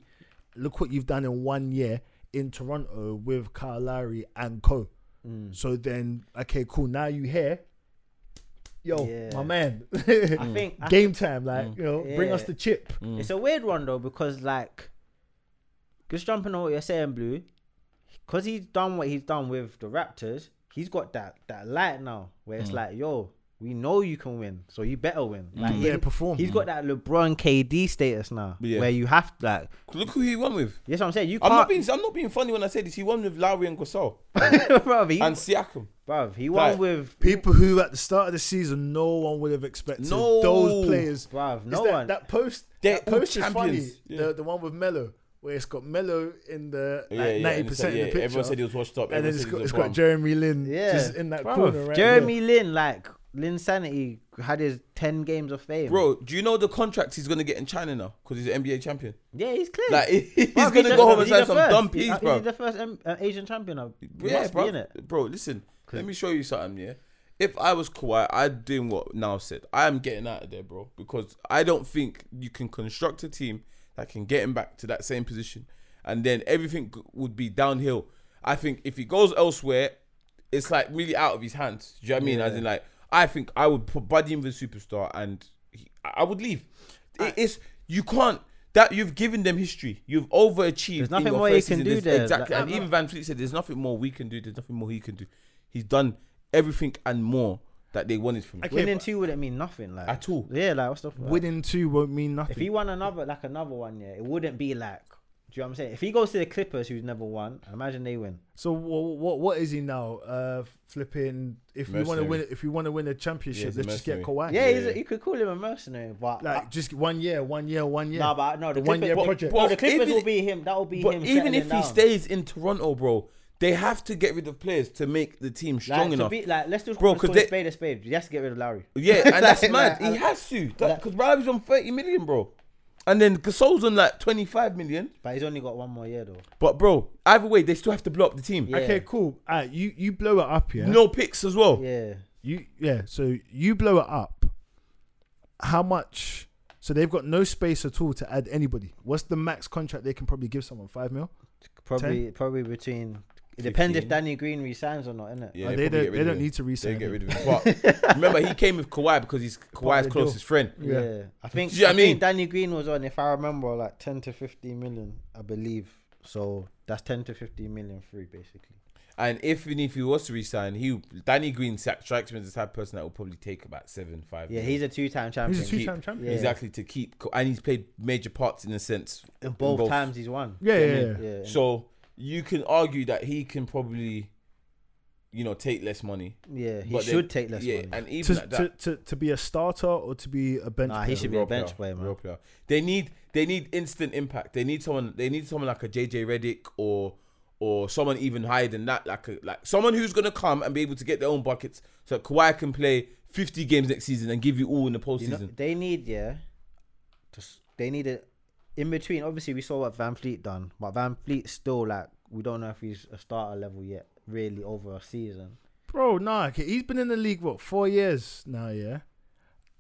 Look what you've done in one year in Toronto with Kyle Lowry and Co. mm. So then, okay, cool. Now you here, yo, Yeah. [laughs] my man. Mm. I think I Game time, like Mm. you know, bring us Yeah. the chip. think it's a weird one though because like, just jumping on what you're saying, Blue, because he's done what he's done with the Raptors, he's got that that light now where Mm. it's like, yo, we know you can win, so you better win. Like, better he- perform. He's got that LeBron KD status now Yeah. where you have to like. Look who he won with. That's what I'm saying. You I'm not can't, being I'm not being funny when I say this. He won with Lowry and Gasol [laughs] bruv. He, and Siakam. bruv, he won like, with People who at the start of the season no one would have expected No. those players. Bruv, Is no that, one. That post, They're that post all is funny. champions. Yeah. The, the one with Mello, where it's got Mello in the Yeah, yeah, like ninety and it's percent like, in yeah, the picture. Everyone said he was washed up. and then everyone it's said he got, was it's a got bum. Jeremy Lin Yeah. just in that Bruv, corner. Right Jeremy Lin, like Lin Sanity had his ten games of fame. Bro, do you know the contract he's gonna get in China now? Because he's an NBA champion. Yeah, he's clear. Like [laughs] he's Bruv, gonna the- go home and is he sign the some first? dumb Is- piece, is bro. he the first um, uh, Asian champion? Now? He yeah, must bro. be in it. Bro, listen. Let me show you something, yeah. If I was Kawhi, I'd doing what now said. I am getting out of there, bro, because I don't think you can construct a team that can get him back to that same position, and then everything g- would be downhill. I think if he goes elsewhere, it's like really out of his hands. Do you know what I mean? As in, like, I think I would put Buddy in the superstar, and he, I I would leave. It- it's you can't. That you've given them history. You've overachieved. There's in nothing your more you first can season. do There's- there. Exactly. Like, and I'm even Van Fleet said, "There's nothing more we can do. There's nothing more he can do. He's done everything and more that they wanted from him Okay, Winning but two wouldn't mean nothing, like at all." Yeah, like what's the point? winning two won't mean nothing. If he won another, like another one, yeah, it wouldn't be like. Do you know what I'm saying? If he goes to the Clippers, who's never won, imagine they win. so what, what what is he now? Uh, flipping. If we want to Mercenary. win, if we want to win a Yeah, championship, he's a let's just get mercenary. Kawhi. Yeah, he's a, you could call him a mercenary, but uh, like just one year, one year, one year. Nah, but no, the, The one Clippers- year project. No, the But Clippers even- will be him. That will be But him. even settling if he down. stays in Toronto, bro, they have to get rid of players to make the team like, strong to enough. Be, like, let's just Bro, call 'cause call a they- spade a spade. You have to get rid of Larry. [laughs] Yeah, and that's Like, mad. like, he has to like- because Lowry's on thirty million, bro, and then Gasol's on like twenty-five million. But he's only got one more year though. But bro, either way, they still have to blow up the team. Yeah. Okay, cool. Alright, you you blow it up, yeah. No picks as Oh, well. Yeah. You yeah, so you blow it up. How much? So they've got no space at all to add anybody. What's the max contract they can probably give someone? Five mil? Probably probably between it depends if 15. Danny Green resigns or not, innit? Yeah, Like, they probably they don't- get rid they of don't him. need to re-sign They get him. rid of him. [laughs] But remember, he came with Kawhi because he's Kawhi's of the closest deal. friend. Yeah. Yeah. I think Do you know I, what think I mean? Danny Green was on if I remember like 10 to 15 million, I believe. So that's 10 to 15 million free basically. And if and if he was to resign, he Danny Green sa- strikes me as the type of person that will probably take about seven five. Yeah, he's a two-time champion. He's a two-time champion. Yeah. exactly to keep, co- and he's played major parts in a sense. in both, times he's won. Yeah, Yeah, yeah, I yeah. mean, Yeah. in- So you can argue that he can probably, you know, take less money. yeah, he But then- should take less yeah, money. and even To, like that, to, to, to be a starter or to be a bench Nah, he player. should be- Real a bench player, man. real player. They need they need instant impact. They need someone. They need someone like a JJ Redick or or someone even higher than that, like a, like someone who's gonna come and be able to get their own buckets, so that Kawhi can play fifty games next season and give you all in the You know, postseason. they need yeah, just they need it in between. Obviously, we saw what Van Fleet done, but Van Fleet still like we don't know if he's a starter level yet, really over a season. Bro, nah, okay, he's been in the league what four years now, yeah.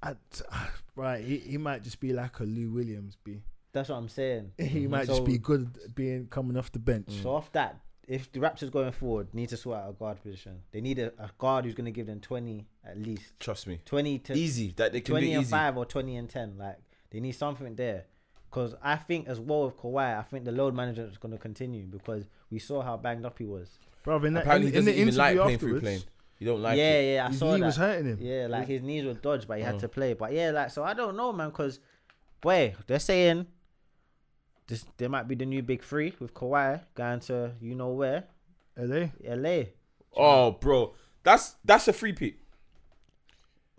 I, [sighs] right, he, he might just be like a Lou Williams. Be That's what I'm saying. Mm-hmm. he might So- just be good at being coming off the bench. Mm. So off that, if the Raptors going forward need to sort out a guard position, they need a, a guard who's going to give them 20 at least, Trust me. 20 to Easy. That they can 20 do and easy. 5 or 20 and 10. Like, they need something there. Because I think, as well with Kawhi, I think the load management is going to continue because we saw how banged up he was. Brother, in, that, in, Apparently, in he the doesn't even like interview playing through afterwards, playing. You don't like yeah, it. Oh. yeah, I his saw knee that. was hurting him. Yeah, like his knees were dodged, but he had to play. But yeah, like so, I don't know, man, because boy, they're saying this there might be the new big three with Kawhi going to you know where Are they? LA. Oh, bro, that's that's a free pick.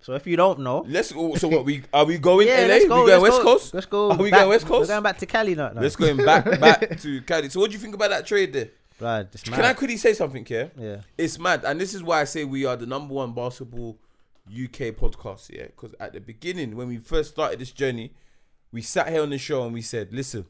So if you don't know, Let's. oh, So what we are we going? LA? let's go, we let's going West go, Coast. Let's go. Are we back- going West We're Coast? going back to Cali now. No. Let's going back back to Cali. So what do you think about that trade there? Bruh, it's Can I mad. quickly say something here? Yeah, It's mad, and this is why I say we are the number one basketball UK podcast. Yeah, because at the beginning when we first started this journey, we sat here on the show and we said, listen.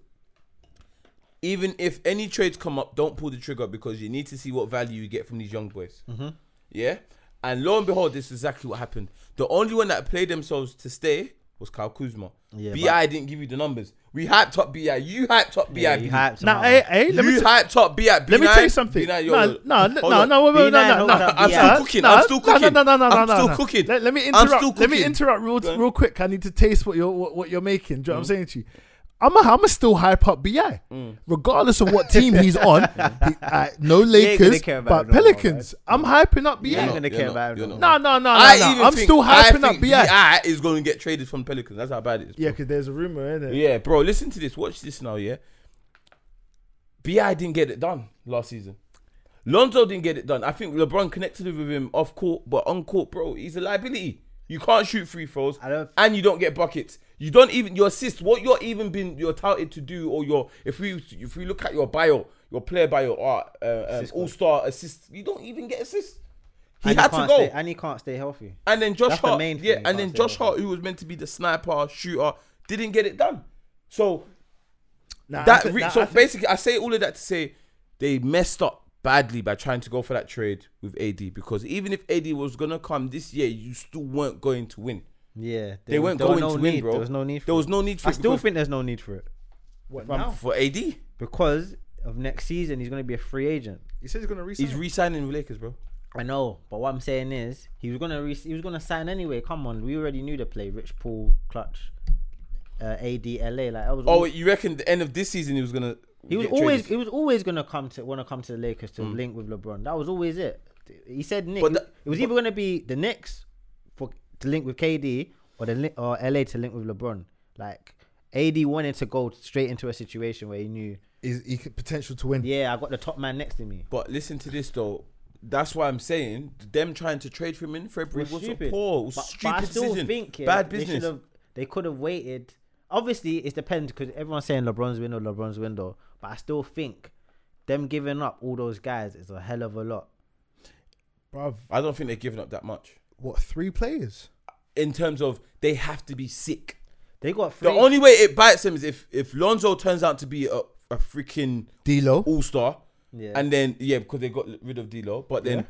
Even if any trades come up, don't pull the trigger because you need to see what value you get from these young boys. Mm-hmm. Yeah, and lo and behold, this is exactly what happened. The only one that played themselves to stay was Kyle Kuzma. Yeah, Bi didn't give you the numbers. We hyped up Bi. You hyped up Bi. yeah, you hyped Now, him hey, up. hey, let me you t- hyped up B at B9. let me tell you something. B9, No, yo, no, no, hold no, on. no, wait, wait, B9 no, no, holds no. up I'm Yeah. still cooking. I'm still No, cooking. no, no, no, no, I'm no, still no. cooking. Let, let me I'm interrupt. still Let me cooking. interrupt real, Go Mm. on. real quick. I need to taste what you're what, what you're making. Do you know what I'm saying to you? I'm a, I'm a still hype up Bi, Mm. regardless of what team he's [laughs] on. he, uh, no Lakers, care about him but no more, Pelicans. I'm hyping up You're You're not not, Bi. gonna you're care not, about him you're no not. No, no, no, no. I even I'm think- still I hyping up think BI Bi. is going to get traded from Pelicans. That's how bad it is. Yeah, Yeah, because there's a rumor, isn't it? yeah, bro. Listen to this. Watch this now. Yeah, Bi didn't get it done last season. Lonzo didn't get it done. I think LeBron connected with him off court, but on court, bro, he's a liability. You can't shoot free throws, I don't- and you don't get buckets. You don't even your assist. What you're even been you're touted to do, or your if we if we look at your bio, your player bio, uh, uh, um, Assist all star assist, you don't even get assists. He And had to can't go. stay- and he can't stay healthy. And then Josh That's the Hart, main thing yeah, you and then can't say Josh about Hart, who was meant to be the sniper shooter, didn't get it done. So Nah, I that thi- re- nah, so I thi- basically, I say all of that to say they messed up badly by trying to go for that trade with AD because even if AD was gonna come this year, you still weren't going to win. Yeah, there They was- weren't there was going no to win, need- bro. There was no need. For There it. was no need for. I it still because- think there's no need for it What um, now? for AD, because of next season he's going to be a free agent. He said he's gonna resign. he's re-signing with Lakers, bro. I know, but what I'm saying is he was gonna re- he was gonna sign anyway. Come on, we already knew the play. Rich Paul, Clutch, uh, ADLA. Like I was. Oh, al- wait, you reckon the end of this season he was gonna? he was get always traded? Hmm. he was always gonna come to want to come to the Lakers to link with LeBron. That was always it. He said Nick. But it- that- it was either gonna be the Knicks for to link with KD or the li- or LA to link with LeBron. Like AD wanted to go straight into a situation where he knew, Is he could- potential to win? yeah, I got the top man next to me. But listen to this though. That's why I'm saying them trying to trade for him in February was was, stupid. a poor, it was But- stupid but I still decision. think yeah, Bad They, business. should've- they could have waited. Obviously, it depends because everyone's saying LeBron's window, LeBron's window. But I still think them giving up all those guys is a hell of a lot. Bruv, I don't think they're giving up that much what three players? in terms of they have to be sick. They got three. The only way it bites them is if if Lonzo turns out to be a, a freaking D'Lo. all star, Yeah. and then yeah, because they got rid of D'Lo. But then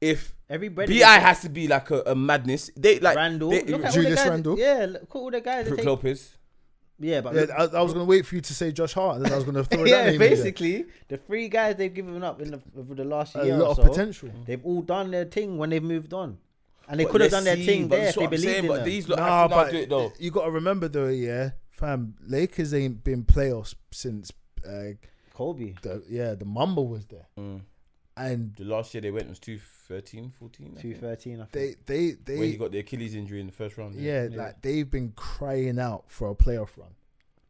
if everybody. Bi has to be like a, a madness, they like Randall. they, look at all the Julius guys, Randle. Yeah, look, all the guys. that Brook take- Lopez. yeah, but Yeah, look- I, I was gonna wait for you to say Josh Hart, and then I [laughs] was gonna throw that yeah, name in there. basically the three guys they've given up in the, over the last A year lot or of so, potential. They've all done their thing when they've moved on, and they But could have done let's their see, thing but there that's if they what I'm believed saying, in but them. these lot Nah, have to now but do it though. you got to remember though, yeah, fam. Lakers ain't been playoffs since, uh, Kobe. the, yeah, the Mamba was there, Mm. and The last year they went was 213, 14. I Two think, thirteen. I think. they, they, Where he they, got the Achilles injury in the first round. yeah, Yeah. like they've been crying out for a playoff run.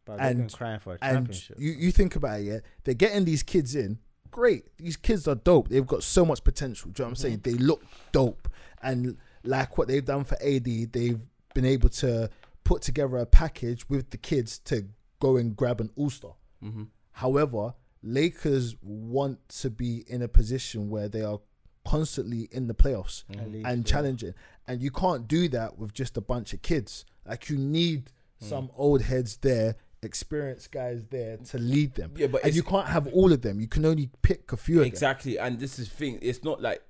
Bro, they've been And- crying for a And championship. you, you think about it, yeah, they're getting these kids in. Great, these kids are dope. They've got so much potential. Do you know what I'm Mhm. saying? They look dope, and like what they've done for AD, they've been able to put together a package with the kids to go and grab an All Star. Mm-hmm. However, Lakers want to be in a position where they are constantly in the playoffs Mm-hmm. At least, and yeah. challenging. And you can't do that with just a bunch of kids. Like you need Mm. some old heads there, experienced guys there to lead them. Yeah, but and it's- you can't have all of them. You can only pick a few of them. Exactly, and this is the thing. It's not like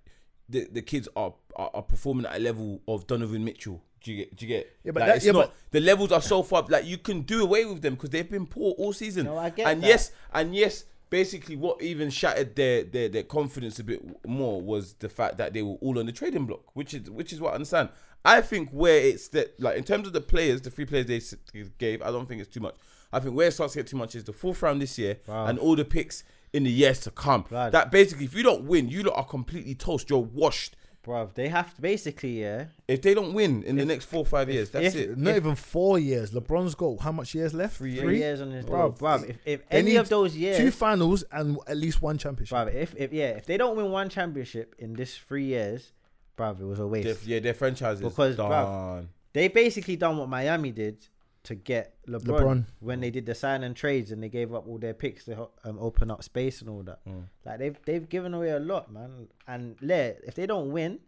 the, the kids are, are are performing at a level of Donovan Mitchell Do you get? Do you get? Yeah, but like, that- it's yeah, not, but- the levels are so far. Like you can do away with them because they've been poor all season. No, I get and that. yes, and yes, basically, what even shattered their, their their confidence a bit more was the fact that they were all on the trading block, which is which is what I understand. I think where it's that like in terms of the players, the three players they s- gave, I don't think it's too much. I think where it starts to get too much is the fourth round this year Wow. and all the picks in the years to come. Blood. That basically, if you don't win, you lot are completely toast. You're washed. Bruv, they have to basically, yeah. If they don't win in the next four or five years, if- that's it. Not even four years. LeBron's got how much years left? Three Three years on his Bruv, bruv. bruv if, if They any need of those years, two finals and at least one championship. bruv, if, if yeah, if they don't win one championship in this three years, bruv, it was a waste. Their- yeah, their franchise is Because, bruv, done. they basically done what Miami did to get LeBron, LeBron. when they did the sign and trades and they gave up all their picks to help, um, open up space and all that. Mm. Like they've they've given away a lot, man. And Le, if they don't win,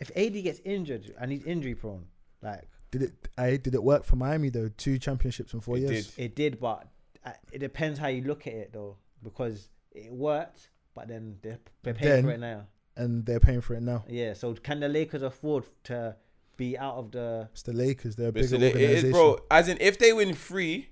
if AD gets injured and he's injury prone, like Did it? I did it work for Miami though? Two championships in four It years. did. it did, but uh, it depends how you look at it though, because it worked, but then they're, they're paying for Then- it now. and they're paying for it now. Yeah, so can the Lakers afford to be out of the? It's the Lakers. They're a But bigger so they- it organization. is, bro. As in, if they win three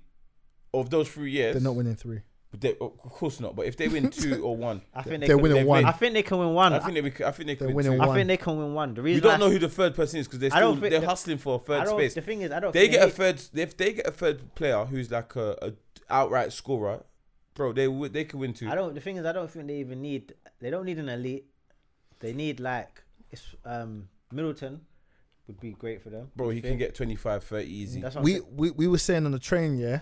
of those three years, They're not winning three. they- oh, of course not. But if they win two or [laughs] one, I think they They're can, winning they've one. I think they can win one. I I think they. would- I think they They're could win winning two. one. I think they can win one. The We reason don't I- know who the third person is because they're I don't still think they're the- hustling for a I third don't- space. The thing is, I don't. They think get a they- third. If they get a third player who's like a, a outright scorer, bro, they would they could win two. I don't. The thing is, I don't think they even need. They don't need an elite. They need like it's um Middleton would be great for them. Bro, you he can think? get 25, 30 easy. That's what We, we. we we were saying on the train, yeah.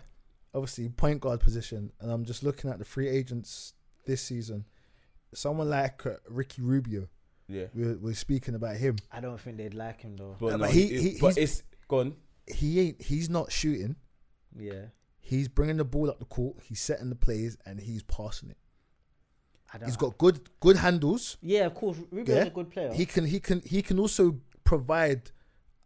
Obviously, point guard position, and I'm just looking at the free agents this season. Someone like uh, Ricky Rubio, yeah, we were, we we're speaking about him. I don't think they'd like him though. but, No, no, but he- it- he- but he's- it's gone. He ain't. He's not shooting. Yeah, He's bringing the ball up the court. He's setting the plays, and he's passing it. I don't. He's got good good handles. Yeah, of course. Rubio's Yeah. a good player. He can he can he can also provide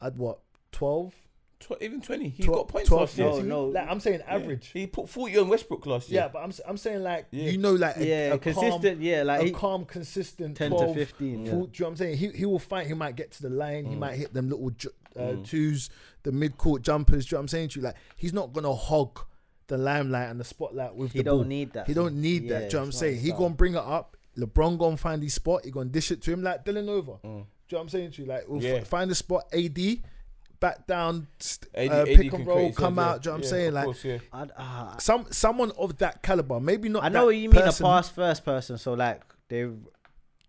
at what 12? Tw- even twenty, he got Twelve- points last twelve, year. No, no. Like I'm saying Yeah. average. He put forty on Westbrook last year. Yeah, but I'm s- I'm saying like Yeah. you know like a, yeah, a consistent. yeah, calm, like a he- calm consistent 10 to 12, 15, yeah. full- do you know what I'm saying? He he will fight. He might get to the line. Mm. He might hit them little ju- uh, twos, the mid court jumpers. Do you know what I'm saying to you? Like he's not gonna hog the limelight and the spotlight with He the don't ball. need that. He don't need Yeah, that. Do you know what I'm it's not saying? his He style. gonna bring it up. LeBron gonna find his spot. He gonna dish it to him like Dylan over. Do you know what I'm saying to you? Like we'll Mm. Yeah. f- find a spot. AD. Back down, st- AD uh, AD pick can and roll, create, come yeah, out. Do you know what I'm yeah, saying? of Like, course, yeah. I'd- ah, some someone of that caliber, maybe not. I know that what you mean. person. A pass first person. So like they,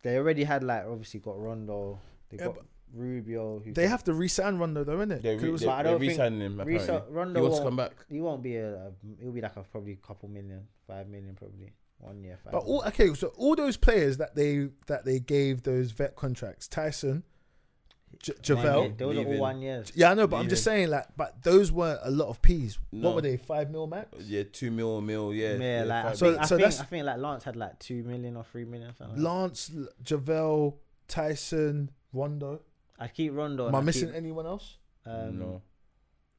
they already had like obviously got Rondo. They Yeah, got Rubio. Who They have to re-sign Rondo though, innit? They re- Because- they- But I they're don't think re-signing him. Risa- apparently. uh, Rondo he wants won't- to come back. He won't be a. He'll be like a probably couple million, five million probably one year. Five but million. all okay, so all those players that they that they gave those vet contracts, Tyson, J- One year. Javale. those are all leaving. one years. Yeah, I know, but I'm just saying, like, but those weren't a lot of P's. No. What were they? Five mil max. Yeah, two mil, a mil. Yeah, Yeah, like I five So- think, mil. I, so think that's- I think like Lance had like two million or three million. Something like Lance, L- Javale, Tyson, Rondo. that. I keep Rondo. Am and I I'd missing keep, anyone else? Um, no,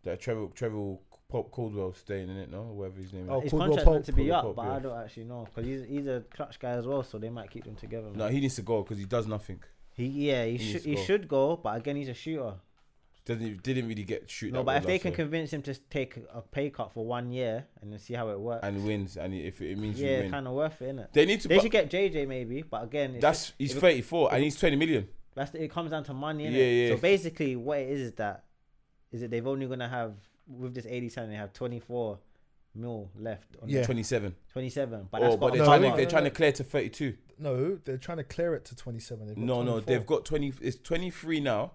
that Trevor Trevor Pop Caldwell staying in it, no, whatever his name is. Oh, His Caldwell contract's Pope, meant to be Caldwell up, Pope, but yeah. I don't actually know because he's he's a clutch guy as well, so they might keep them together. No, man. he needs to go because he does nothing. he yeah he, needs should to he go. should go, but again he's a shooter. Doesn't he- didn't really get shoot. No, but that well if they last can year. convince him to take a pay cut for one year and then see how it works, and wins, and if it means you yeah, win, kind of worth it, innit? they need to. They bu- should get JJ maybe, but again, it's that's he's thirty four and he's twenty million. That's the, it comes down to money. Innit? Yeah, yeah. So basically, what it is is that is that they've only gonna have with this eighty sign they have twenty four mil left on Yeah. twenty seven. twenty seven. But that's Oh, got but a they're No, trying cover. to no, they're no, trying no. to clear to thirty two. No, they're trying to clear it to twenty-seven. They've got No, no, 24. they've got twenty. It's twenty three now.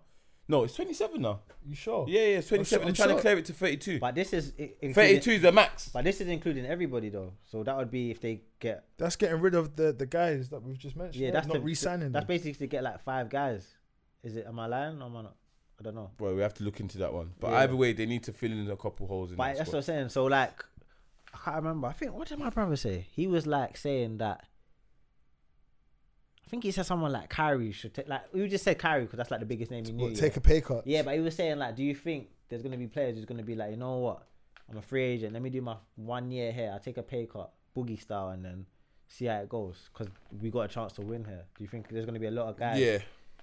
No, it's twenty seven now. You sure? Yeah, yeah, it's twenty seven. I'm They're trying to sure- clear it to thirty two. Oh. But this is i- Thirty including, two is the max. But this is including everybody though. So that would be if they get That's getting rid of the the guys that we've just mentioned. yeah. That's not the, re-signing. That's them. basically to get like five guys. Is it? Am I lying? Or am I not? I don't know. Bro, we have to look into that one. But Yeah. either way, they need to fill in a couple holes in But that that's what squad. I'm saying. So like, I can't remember. I think what did my brother say? He was like saying that. I think he said someone like Kyrie should take like we just said Kyrie because that's like the biggest name he knew. Well, yeah. take a pay cut. yeah, but he was saying like, do you think there's gonna be players who's gonna be like, you know what, I'm a free agent. Let me do my one year here. I take a pay cut, boogie style, and then see how it goes because we got a chance to win here. Do you think there's gonna be a lot of guys? Yeah,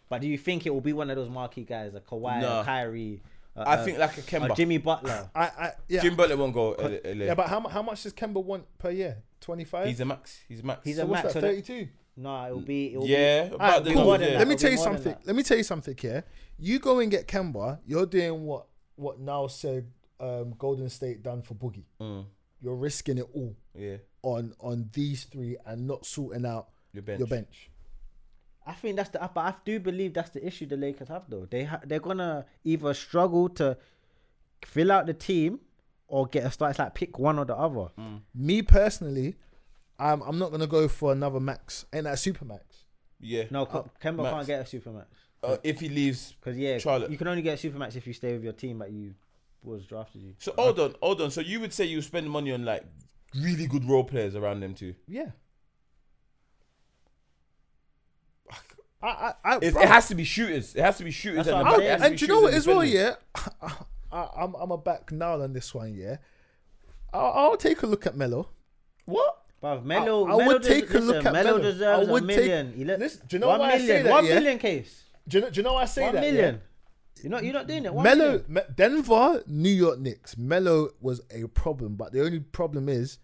But do you think it will be one of those marquee guys, a Kawhi, No. a Kyrie? uh, I uh, think like a a Kemba. Jimmy Butler. I, I yeah. Jim Butler won't go. L- LA. Yeah, but how, mu- how much does Kemba want per year? 25? he's a max. He's a max. He's so a what's max. that, so that- 32? No, it will be. It will yeah, about the cool. numbers, Let yeah. Let It'll be me tell you more than something. that. Let me tell you something here. You go and get Kemba, you're doing what what now said um, Golden State done for Boogie. Mm, You're risking it all yeah, on on these three and not sorting out your bench. your bench. I think that's the. But I do believe that's the issue the Lakers have though. They ha- they're gonna either struggle to fill out the team or get a start. It's like pick one or the other. Mm. Me personally, I'm I'm not gonna go for another max and that super max. Yeah. No, K- Kemba Oh, can't Max. get a supermax Uh, if he leaves. because yeah, Charlotte. you can only get a supermax if you stay with your team that you was drafted you. So hold on, hold on. So you would say you spend money on like really good role players around them too. Yeah. I, I, I, It, bro, it has to be shooters. It has to be shooters. That's And, the what back. I'm It saying. has And, to be do you shooters know what and as well? defenders. Yeah, [laughs] I, I'm I'm a back now on this one. Yeah, I'll, I'll take a look at Melo. What? But Melo, I- I Melo would take des- a look listen, at Melo Melo. deserves I would a take- million. He look- Listen, do you know one why I say million- that, one yeah? million case. Do you know, do you know why I say One that? yeah? million. You're not. You're not doing it. One Melo, million. Me- Denver, New York Knicks. Melo was a problem, but the only problem is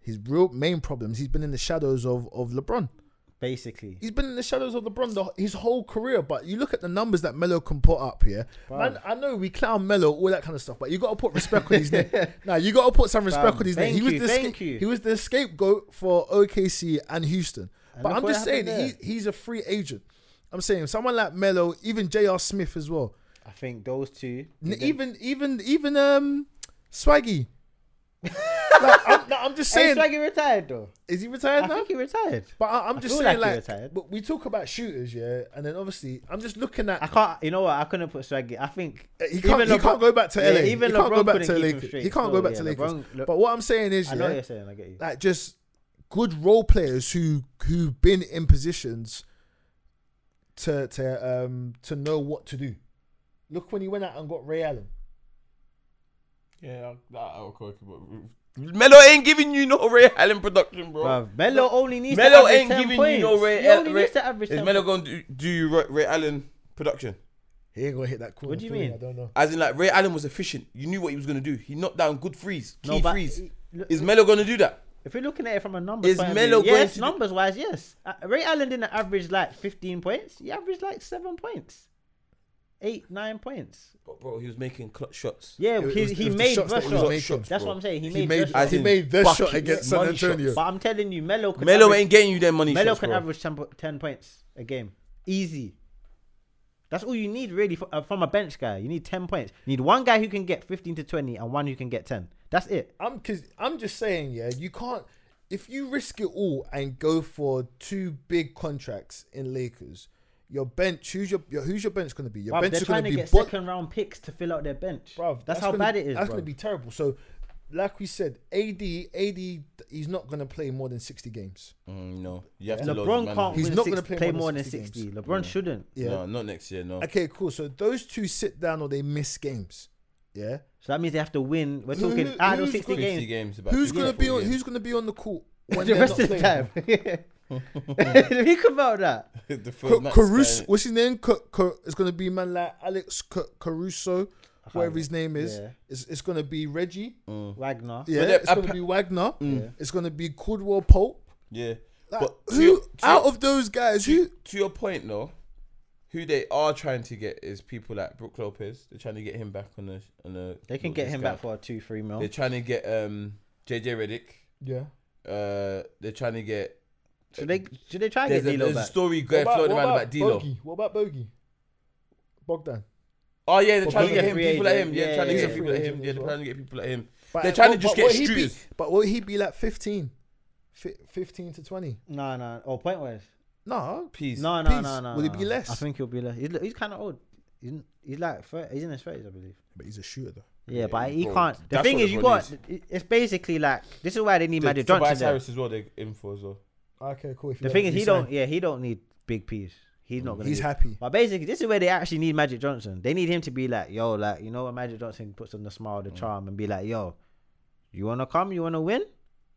his real main problem is he's been in the shadows of, of LeBron. Basically, He's been in the shadows of LeBron the, his whole career. But you look at the numbers that Melo can put up here. Man, I know we clown Melo, all that kind of stuff, but you got to put respect on [laughs] his name. Now you got to put some respect Fam, on his name. He thank was you, the thank you. he was the scapegoat for OKC and Houston. but look I'm what just saying happened he, he's a free agent. I'm saying someone like Melo, even J.R. Smith as well. I think those two. N- even even even um [laughs] Swaggy. like, I'm, no, I'm just Hey, saying, Swaggy retired though. is he retired I now? think he retired. But I, I'm I just feel saying, like he like, retired. but we talk about shooters, yeah, and then obviously I'm just looking at I can't. You know what? I couldn't put Swaggy. I think Uh, he can't, even he LeBron- can't go back to yeah, LA. Even he can't LeBron go back couldn't to keep him Lakers. straight. He can't No, go back yeah, to Lakers. LeBron- Le- but what I'm saying is, I know what yeah, you're saying. I get you. like just good role players who who've been in positions to to um to know what to do. Look when he went out and got Ray Allen. Yeah, I, I, I'll call it, but- Melo ain't giving you no Ray Allen production, bro. Bruv, Melo only needs. Melo to average ain't 10 giving points. you no Ray. He only Ray- needs to average. is 10 Melo points. gonna do, do you Ray, Ray Allen production? He ain't gonna hit that corner. What do you three, mean? I don't know. As in, like Ray Allen was efficient. You knew what he was gonna do. He knocked down good freeze, key No, but- freeze. look- Is Melo gonna do that? If you're looking at it from a numbers Is point Melo of view, going yes, to do- numbers wise, yes. Uh, Ray Allen didn't average like 15 points. He averaged like seven points, eight, nine points. But bro, he was making clutch shots. Yeah, It he, was- it he was the made shots the that he was shot. making, That's bro. what I'm saying. He, He made, made- the as shot. He in made the buckets, shot against San money shots. Antonio. But I'm telling you, Melo could Melo average, ain't getting you them money Melo shots, can bro. average 10, po- 10 points a game, easy. That's all you need really for, uh, from a bench guy. You need 10 points. You need one guy who can get 15 to 20 and one who can get 10. That's it. I'm cause I'm just saying, yeah, you can't if you risk it all and go for two big contracts in Lakers, your bench who's your, your who's your bench gonna be? Your Bruv, bench they're is trying gonna to be get bo- second round picks to fill out their bench. bruv, that's, how gonna, bad it is. That's bruv. gonna be terrible. So like we said, AD AD he's not gonna play more than sixty games. Mm, no, you have to. load LeBron man. can't He's win not six- gonna play play more more than than 60 60. LeBron shouldn't. Yeah. No, not next year. No. Okay, cool. So those two sit down or they miss games. Yeah. So that means they have to win. We're Who- talking who- out of who's 60 games. 50 games. about who's 50, gonna be 40 on games. who's gonna be on [laughs] the court when the they're rest not of the playing? time. [laughs] Think about [laughs] that. [laughs] the Ca- Phil Max Caruso, guy. what's his name? Ca- Ca- it's gonna be man like Alex Ca- Caruso, whatever his name is. yeah. It's, it's gonna be Reggie. Wagner. Yeah, then it's gonna appa- be Wagner. Mm. It's gonna be Caldwell Pope. Yeah, Like, but to who your- to out your- of those guys? Who? to, to your point though, who they are trying to get is people like Brook Lopez. They're trying to get him back on the on the. They can on get this him guy. back for a 2 3 mil. They're trying to get um JJ Redick. Yeah. Uh, they're trying to get. should, they, should they try and There's, get a, D'Lo there's a back? story going floating around about D'Lo. Bogey? What about Bogey? Bogdan. Oh yeah, they're Well, trying to Bogey's get a him. free People like agent. him. Yeah, Yeah, trying to yeah, get yeah. people like him. Free Yeah, agent they're as trying to get people like him. But- They're trying to but- just but will get he be- shooters. But will he be like 15? Fi- 15 to 20? No, no. Or point wise. No. Please. No, no, Peace. no, no. Will he no. be less? I think he'll be less. He's, he's kind of old. He's, he's like, 30, he's in his 30s, I believe. But he's a shooter though. Yeah, but he bro, can't. The that's thing what is, you LeBron got. is. It's basically like this is why they need Magic Johnson. Tobias there. Harris as well. They're in for as well. Okay, cool. If The thing is, he don't. Yeah, he don't need big piece. He's not gonna. He's need- happy. But basically, this is where they actually need Magic Johnson. They need him to be like, yo, like Mm. you know what Magic Johnson puts on the smile, the charm, and be like, yo, you wanna come, you wanna win,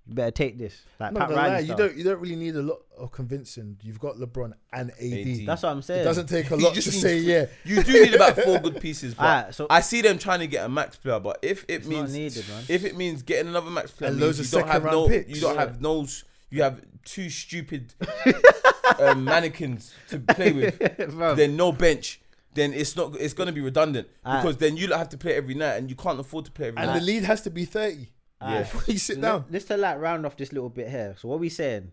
You better take this. Like I'm not Pat gonna Riley. lie, you style. don't you don't really need a lot of convincing. You've got LeBron and AD. AD. That's what I'm saying. It doesn't [laughs] take a You lot to just need say three- yeah. You do need about [laughs] four good pieces, but Alright, so I see them trying to get a max player, but if it it's not means needed, man. if it means getting another max player, And means loads of you don't have no, second-round picks. you don't Yeah. have no, s- you have two [laughs] stupid um, mannequins to play [laughs] with. Bro, then no bench. Then it's not. It's gonna be redundant Alright. because then you lot have to play every night, and you can't afford to play every And night. the lead has to be thirty alright. before you sit Let- down. Let's to like round off this little bit here. So what we saying?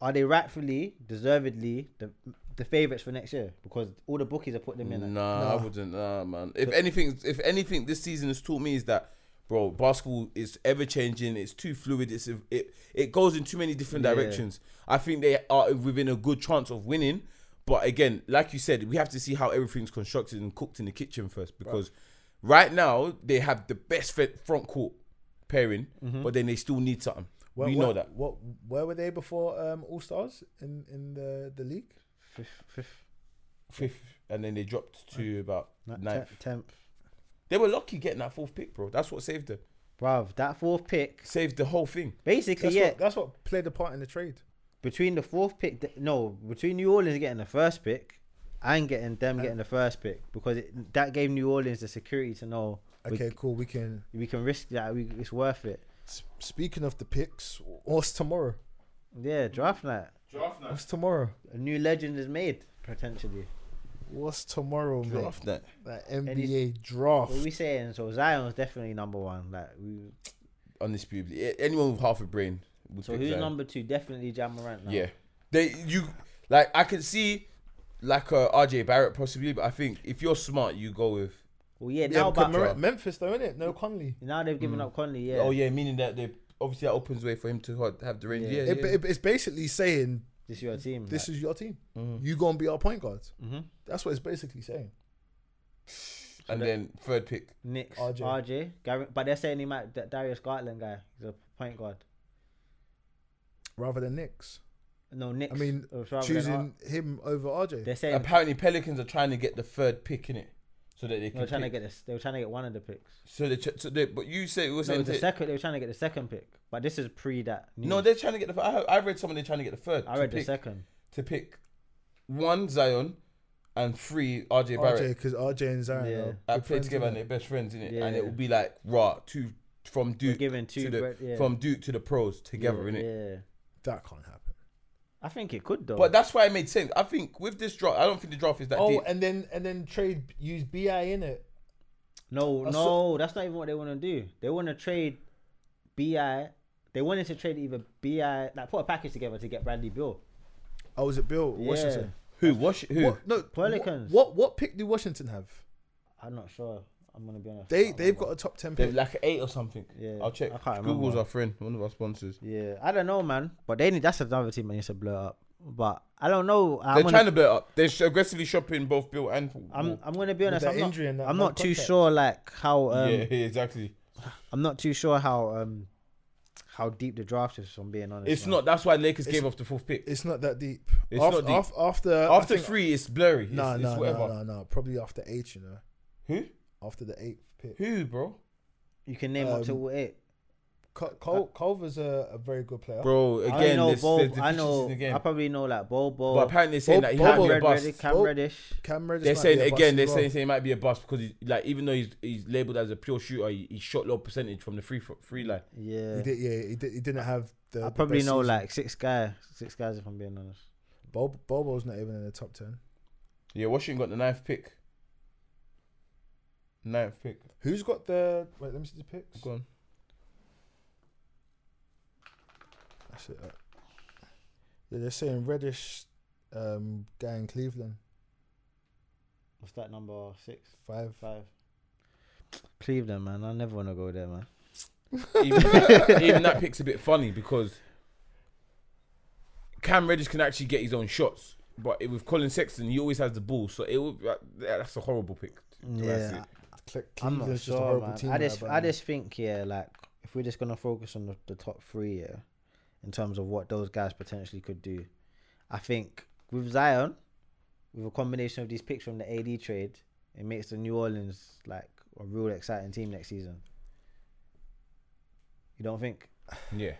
Are they rightfully, deservedly the the favourites for next year? Because all the bookies are putting them in. at- Nah, I Nah. wouldn't. Nah, man. If anything, if anything, this season has taught me is that, bro, basketball is ever changing. It's too fluid. It's it it goes in too many different Yeah. directions. I think they are within a good chance of winning, but again, like you said, we have to see how everything's constructed and cooked in the kitchen first because. Right now, they have the best fit- front court pairing, Mm-hmm. but then they still need something. Where, we where- know that. What where were they before um, All Stars in in the the league? Fifth, fifth, Fifth, and then they dropped to about not ninth. te- tenth. They were lucky getting that fourth pick, bro. That's what saved them. Bruv, that fourth pick, Saved the whole thing. basically, That's yeah, what that's what played a part in the trade. between the fourth pick, th- no, between New Orleans getting the first pick and getting them getting the first pick because it, that gave New Orleans the security to know we- Okay, cool. We can. we, can risk that, we, it's worth it. s- Speaking of the picks, what's tomorrow? Yeah, draft night. Draft night. What's tomorrow? A new legend is made, potentially. What's tomorrow, man? Draft night. That NBA draft. What we saying? So Zion's definitely number one. Like, we, Undisputably. A- Anyone with half a brain would so pick who's Zion. number two? Definitely Jam Morant. Now. Yeah. They you like I could see like uh, RJ Barrett possibly, but I think if you're smart you go with Well, yeah. Yeah, Now, because but Mer- Memphis though, isn't it? No Conley. now they've given up Conley. Yeah. Oh yeah, meaning that they obviously that opens way for him to ha- have the range. Yeah. Yeah. yeah, It, it, it's basically saying This is your team. this is your team. You gonna be our point guards. mm-hmm. That's what it's basically saying. and that- then third pick. Knicks. RJ. RJ. Garrett, but they're saying he might that Darius Garland guy. He's a point guard. Rather than Knicks No, Knicks. I mean, or rather than Ar- choosing him over RJ. They're saying Apparently Pelicans are trying to get the third pick in it. So that they they can were trying to pick. get this. They were trying to get one of the picks. so they, ch- so they but you say it was No, it saying was the that- second. They were trying to get the second pick, but this is pre that. No, news. they're trying to get the. I, I read someone they're trying to get the third. I to read the pick, second. to pick one Zion and three RJ RJ Barrett. because RJ and Zion Yeah. are I good play friends, together and innit? they're best friends in it, and Yeah. it will be like raw two from They're Duke giving to two the bre- yeah. from Duke to the pros together yeah, in it. Yeah, that can't happen. I think it could though. But that's why it made sense. I think with this draft, I don't think the draft is that Oh, deep. eh, and then and then trade use Bi in it. No, I no, saw- that's not even what they want to do. They want to trade Bi. They wanted to trade either Bi, like put a package together to get Bradley Bill. Oh, was it Bill or Yeah. Washington? Who? Wash, who? What? No, Pelicans. What, what what pick do Washington have? I'm not sure. I'm gonna be honest. I They Oh, can't they've remember. got a top ten They're pick. like eight or something. Yeah, I'll check. I can't Google's remember. our friend, one of our sponsors. Yeah, I don't know, man. But they need that's another team that needs to blur up. But I don't know. I'm They're gonna, trying to blow it up. They're sh- aggressively shopping both Bill and. I'm I'm gonna be With honest. that I'm not, injury and that I'm no not too contact. sure like how um, yeah, yeah, exactly. I'm not too sure how um how deep the draft is. If I'm being honest. It's man. not. That's why Lakers It's- gave off the fourth pick. It's not that deep. It's Af- not deep. af- After I After think- three, it's blurry. No, it's, no, it's no, whatever. no, no. Probably after eight, you know. Who? After the eighth pick. Who, bro? You can name up to Um, all eight. Col- Col- Culver's a, a very good player. Bro, I again, know there's, Bob. there's I deficiencies know. in the game. I probably know like Bobo. But apparently they're saying Bob- that he Bob might be a Red bust. Reddish, Cam Bob- Reddish. Cam Reddish They're might saying be a bust again. as They're well. saying, saying he might be a bust because he, like even though he's he's labeled as a pure shooter, he, he shot low percentage from the free fro- free line. Yeah. he did. Yeah, he, did, he didn't have the. I the probably best know season. like six guys. Six guys, if I'm being honest. Bob, Bobo's not even in the top ten. Yeah, Washington got the ninth pick. Ninth pick. Who's got the? Wait, let me see the picks. Go on. That's it. uh, Yeah, they're saying Reddish, um, guy in Cleveland, What's that number? Six, five. five. Cleveland, man. I never want to go there, man. Even, [laughs] even that pick's a bit funny because Cam Reddish can actually get his own shots, but it- with Colin Sexton, he always has the ball. So it would, that- that's a horrible pick. That's Yeah, it. Cle- I'm Cleveland's not just a sure, horrible man. team. I right just, about I now. just think, yeah, like if we're just gonna focus on the, the top three, yeah, in terms of what those guys potentially could do, I think with Zion, with a combination of these picks from the AD trade, it makes the New Orleans like a real exciting team next season. You don't think? Yeah,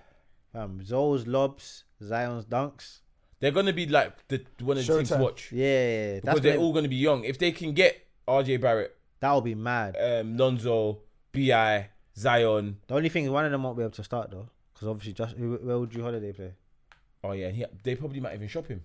Um, Zoe's lobs, Zion's dunks. They're gonna be like the one of the teams to Showtime. watch Yeah, yeah, yeah. because that's they're when- all gonna be young. If they can get RJ Barrett, that'll be mad. um, Lonzo, Bi, Zion. The only thing is, one of them won't be able to start though, because obviously, just who, where would Drew Holiday play? Oh yeah, he, they probably might even shop him.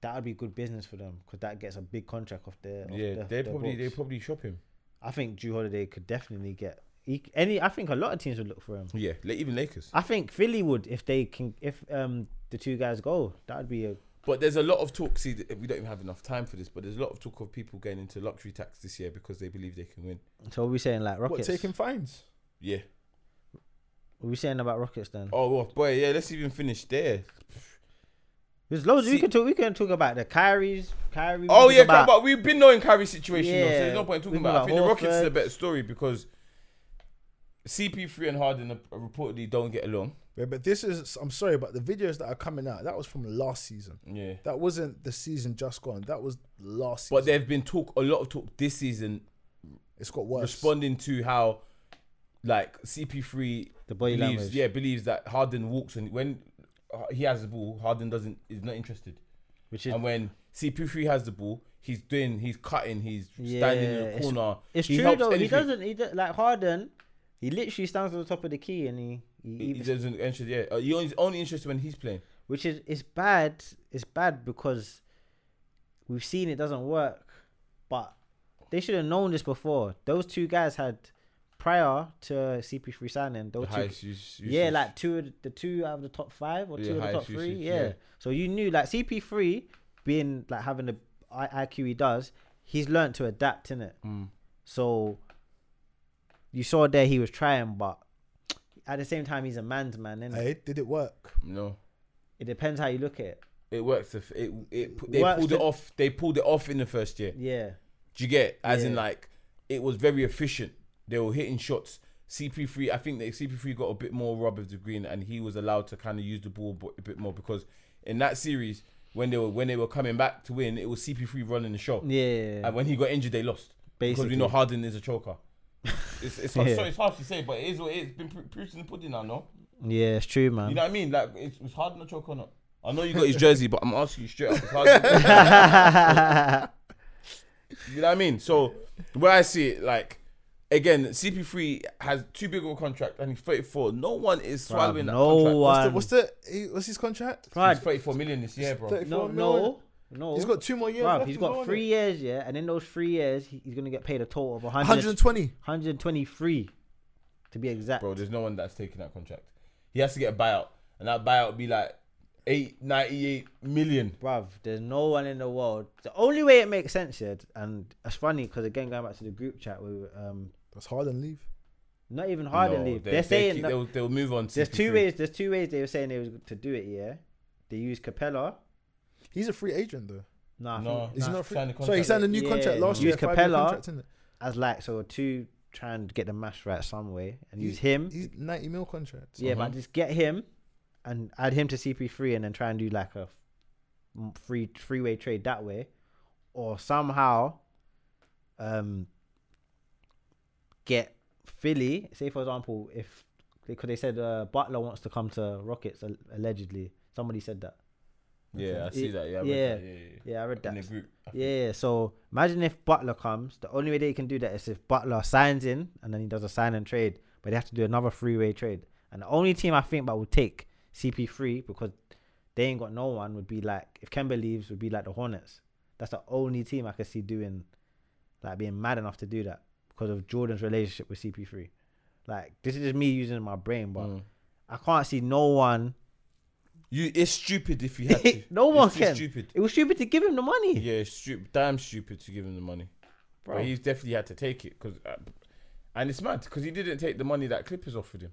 That would be good business for them, because that gets a big contract off their. Off yeah, their, they their probably they books. probably shop him. I think Drew Holiday could definitely get he, any. I think a lot of teams would look for him. Yeah, la- even Lakers. I think Philly would if they can if um the two guys go. That would be a But there's a lot of talk. See, th- we don't even have enough time for this. But there's a lot of talk of people going into luxury tax this year because they believe they can win. so. What are we saying like What, Rockets? taking fines? Yeah. What are we saying about Rockets then? Oh well, boy, yeah. Let's even finish there. There's loads we see- can talk. We can talk about the Kyrie's Kyrie. we Oh can talk yeah, about- but we've been knowing Kyrie's situation, though, so Yeah, there's no point in we've talking been about. it. I think about the Rockets is a Horford. better story because CP3 and Harden are- are reportedly don't get along. Yeah, but this is, I'm sorry, but the videos that are coming out, that was from last season. Yeah, That wasn't the season just gone. That was last season. but there've been talk, a lot of talk this season, it's got worse. responding to how like CP3 The body believes, language. yeah, believes that Harden walks and when uh, he has the ball, Harden doesn't is not interested, which is and when CP3 has the ball, he's doing, he's cutting, he's Yeah, standing in the it's- corner. it's He true helps though. He anything. doesn't. He do, like Harden. He literally stands on the top of the key and he he, He he- doesn't interest. Yeah, uh, he only, he's only interested when he's playing. which is it's bad. It's bad because we've seen it doesn't work. But they should have known this before. Those two guys had prior to CP3 signing. Those The two, highest us- yeah, usage. like two of the, the two out of the top five or Yeah, two of the top highest three. usage, yeah. yeah. So you knew like CP3 being like having the I- IQ he does, he's learned to adapt in it. Mm. So you saw there he was trying, but at the same time he's a man's man, and Hey, did it work? no. it depends how you look at it. It works. If it, it, they Works pulled the- it off. They pulled it off in the first year. Yeah. Do you get? As in, Yeah. like, it was very efficient. They were hitting shots. CP3, I think that CP3 got a bit more rub of the green, and he was allowed to kind of use the ball bo- a bit more because in that series, when they were when they were coming back to win, it was CP3 running the show. Yeah. And when he got injured, they lost because Basically. we know Harden is a choker. [laughs] It's it's, Yeah. so it's hard to say, but it is what it is. It's been pr- proofs in the pudding now, no? yeah, it's true, man. You know what I mean? Like it's, it's Harden a choker or not? I know you got his jersey, but I'm asking you straight up. It's Harden a choker? [laughs] You know what I mean? So where I see it, like again, CP3 has too big of a contract and he's 34. No one is swallowing that no contract. one. What's, the, what's the he- what's his contract? Bruv, He's 34 million this year, bro. 34 no, million. no, no. He's got two more years. Bruv, left he's as well, got innit? three years, yeah, and in those three years, he- he's gonna get paid a total of 100, 120. 123 to be exact. Bro, there's no one that's taking that contract. He has to get a buyout, and that buyout be like eight ninety eight million. Bruv, there's no one in the world. The only way it makes sense, yeah, and it's funny because again, going back to the group chat, we were, um, That's hard and leave. not even Harden No, leave. they- They, are they saying keep- that- they'll, they'll move on. there's two CP3. ways. There's two ways they were saying they was to do it. Yeah, they use Capella. He's a free agent though. Nah, I No, think- Is Nah, he not free? signed the So he contract signed a new Yeah, contract last no. year. Use five-year Capella. contract, innit? as like so two trying to get the match right some way and use him. He's 90 mil contract. Yeah, Uh-huh. but just get him and add him to CP3 and then try and do like a m- free three way trade that way, or somehow um get Philly. Say for example, if because they said uh, Butler wants to come to Rockets al- allegedly, somebody said that. Yeah, I see It- that. Yeah, I read yeah. that, yeah, yeah, yeah. Yeah, I read In the that. group. I think. Yeah, so imagine if Butler comes. The only way they can do that is if Butler signs in and then he does a sign and trade, but they have to do another three way trade. And the only team I think that will take CP3 because they ain't got no one would be like if Kemba leaves would be like the Hornets. That's the only team I could see doing like being mad enough to do that because of Jordan's relationship with CP3. Like this is just me using my brain, but Mm. I can't see no one. You, it's stupid if [laughs] you had to. no It's one just can. Stupid. It was stupid to give him the money. Yeah, it's stupid. Damn stupid to give him the money. Bro. But he's definitely had to take it because, uh, and it's mad because he didn't take the money that Clippers offered him.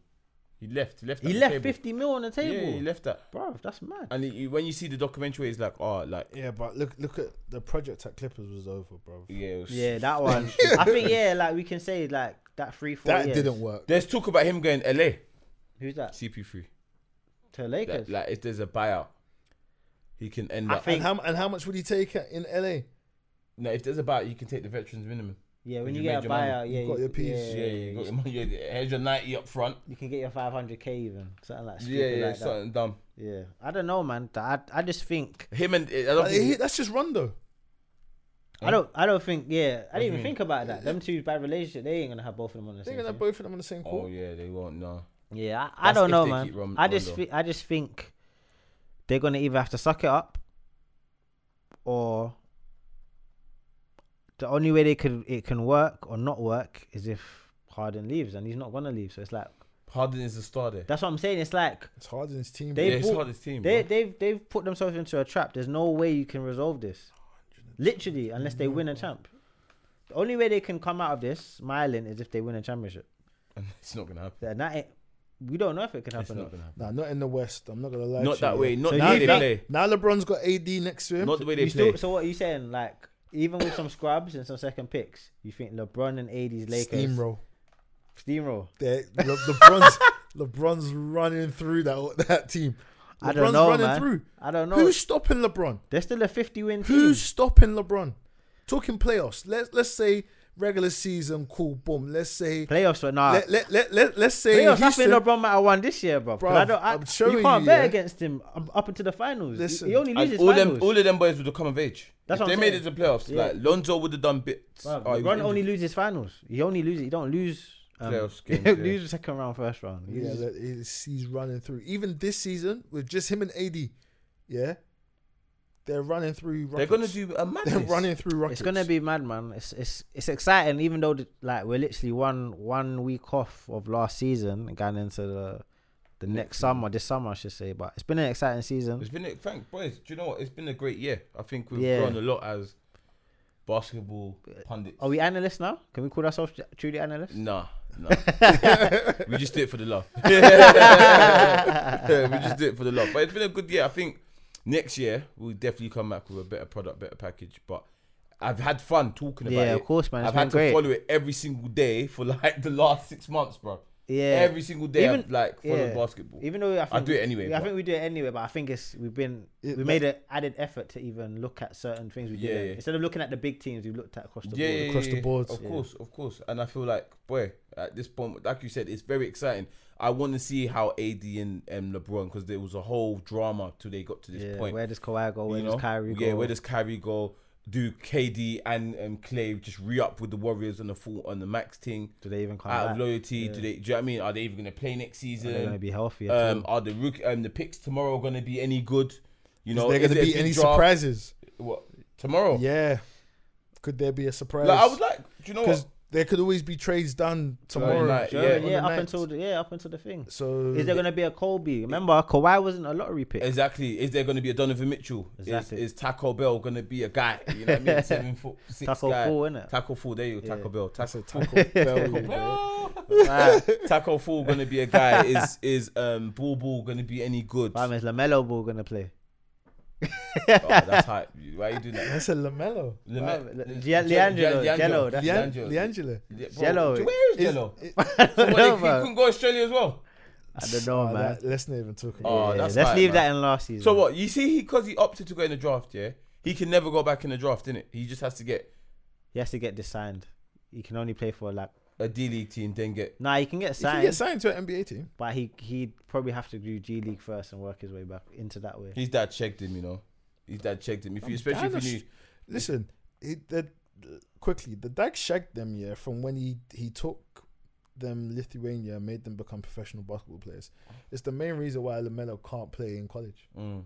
He left. He left. He that on left the table. 50 mil on the table. Yeah, he left that. Bro, that's mad. And he, when you see the documentary, it's like, oh, like Yeah, but look look at the project at Clippers was over, bro. yeah. it was- Yeah, that one. I think yeah, like we can say like that three four. That years. didn't work. There's talk about him going LA Who's that? CP3. To Like, Lakers. like if there's a buyout, he can end I up. think- And how, and how much would he take in LA? no, if there's a buyout, you can take the veterans minimum. Yeah, when You you, get made a your money. buyout, yeah, You've got you- your piece. Yeah, Yeah, you got your money. [laughs] you- Here's your ninety up front. you can get your 500k even something like Yeah, stupid yeah, like that. something dumb. Yeah, I don't know, man. I I just think Him and I don't But think- it- that's just Rondo. I don't I don't think yeah I What do you didn't even mean? think about that. Them two bad relationship, they ain't gonna have both of them on the They're same. gonna have team. both of them on the same Oh court. yeah, they won't. No, Yeah, I, I That's if don't know, they man. keep Rom- I just Rondo. thi- I just think they're gonna either have to suck it up, or the only way they could it can work or not work is if Harden leaves, and he's not gonna leave. So it's like Harden is the star there. that's what I'm saying. It's like It's Harden's team. They yeah, it's bought- Harden's team. they They, they've they've put themselves into a trap. There's no way you can resolve this, literally, unless they win a champ. The only way they can come out of this smiling is if they win a championship. [laughs] and it's not gonna happen. And that ain't- we don't know if it can It's happen. not gonna happen. Nah, not in the West. I'm not gonna lie. Not to that you. way. Not So the you way they think- play. Now LeBron's got AD next to him. Not the way they You play. still- so what are you saying? Like even with some scrubs and some second picks, you think LeBron and AD's Lakers Steamroll. Steamroll. They're- Le- LeBron's LeBron's running through that that team. LeBron's I don't know, running man. through. I don't know. Hmm. Who's stopping LeBron? They're still a fifty-win team. Who's stopping LeBron? Talking playoffs. Let's let's say regular season. Cool. Boom. Let's say. playoffs right now? let, let, let, let, let's say Playoffs. I Houston, think LeBron might have won this year, bro. Bruv, I don't, I, I'm showing you can't you, bet yeah. against him um, up until the finals. He- Listen, he only And loses all finals. them, all of them boys would have come of age. That's if what they I'm made it saying. to playoffs. Yeah. Like Lonzo would have done bits. Bruv, Oh, he was LeBron only injured. loses finals. He only loses. He don't lose um, [laughs] Playoffs he games, yeah. lose second round, first round. He Yeah, loses- that is, he's running through. Even this season with just him and AD, yeah, they're running through. Rockets. They're [laughs] gonna do a madness. [laughs] They're running through rockets. it's gonna be mad, man. It's it's it's exciting, even though the, like we're literally one one week off of last season and going into the the next summer, this summer I should say. But it's been an exciting season. It's been a, thank boys. Do you know what? It's been a great year. I think we've Yeah. grown a lot as basketball pundits. Are we analysts now? Can we call ourselves truly analysts? Nah, [laughs] nah. we just do it for the love. [laughs] we just do it for the love. But it's been a good year. I think next year we'll definitely come back with a better product, better package. But I've had fun talking about Yeah, it. of course, man. It's I've been had to great. follow it every single day for like the last six months, bro. Yeah. Every single day, I've Even- like followed yeah. basketball. Even though I think do it anyway, I but- think we do it anyway, but I think it's we've been It- we made an added effort to even look at certain things we did Yeah, yeah, yeah. instead of looking at the big teams we've looked at across the yeah, board. yeah, across the yeah, yeah. board. Of Yeah. course, of course. And I feel like, boy, at this point, like you said, it's very exciting. I want to see how AD and um, LeBron, because there was a whole drama till they got to this Yeah, point. where does Kawhi go? Where you know? does Kyrie go? Yeah, where does Kyrie go? Do KD and um, Clay just re up with the Warriors on the full on the max thing do they even come out back? of loyalty? Do they? Do you know what I mean? Are they even going to play next Are they gonna season? be healthy? at Um, all? are the rook um, the picks tomorrow going to be any good? You Is know, there is gonna it a be big any draft? surprises? What tomorrow? Yeah, could there be a surprise? like, I would like. Do you know because what? there could always be trades done tomorrow. night, Sure, yeah. yeah, on the up night. until the, yeah, up until the thing. So Is there gonna be a Colby? Remember, Kawhi wasn't a lottery pick. Exactly. Is there going to be a Donovan Mitchell? Is- Exactly. Is, Taco Bell going to be a guy? You know what [laughs] I mean? Seven foot six Taco guy. four, innit? Taco Fool. There you go. Taco Yeah. Bell. Taco Taco Bell, [laughs] you know. Wow. Taco Fall gonna be a guy. Is is um Ball Ball gonna be any good? Fam, [laughs] is Lamelo Ball gonna play? Oh, that's hype. Why are you doing that? That's a Lamelo. Lame- Wow, Le- Le- Gian- Gian- Leandro, Gian- Jello, that's- Lian- Leandro. Liangelo. Yeah, bro, Jello. Where is Is- Jello? it- So [laughs] [laughs] what, know, they- he man. couldn't go Australia as well. I don't know, oh, man. that- let's not even talk about. Oh, Yeah, that's let's right, leave man. that in last season. So what? You see, he because he opted to go in the draft. Yeah, he can never go back in the draft, innit? He just has to get He has to get this signed. He can only play for like. a D League team, then get. Nah, he can get If you signed, get signed to an NBA team, but he he'd probably have to do G League first and work his way back into that way. His dad checked him, you know. His dad checked him. If you, I'm especially down if you the knew, listen, it, the, the- quickly the Dag shagged them yeah from when he he took them Lithuania and made them become professional basketball players. It's the main reason why Lamelo can't play in college. mm,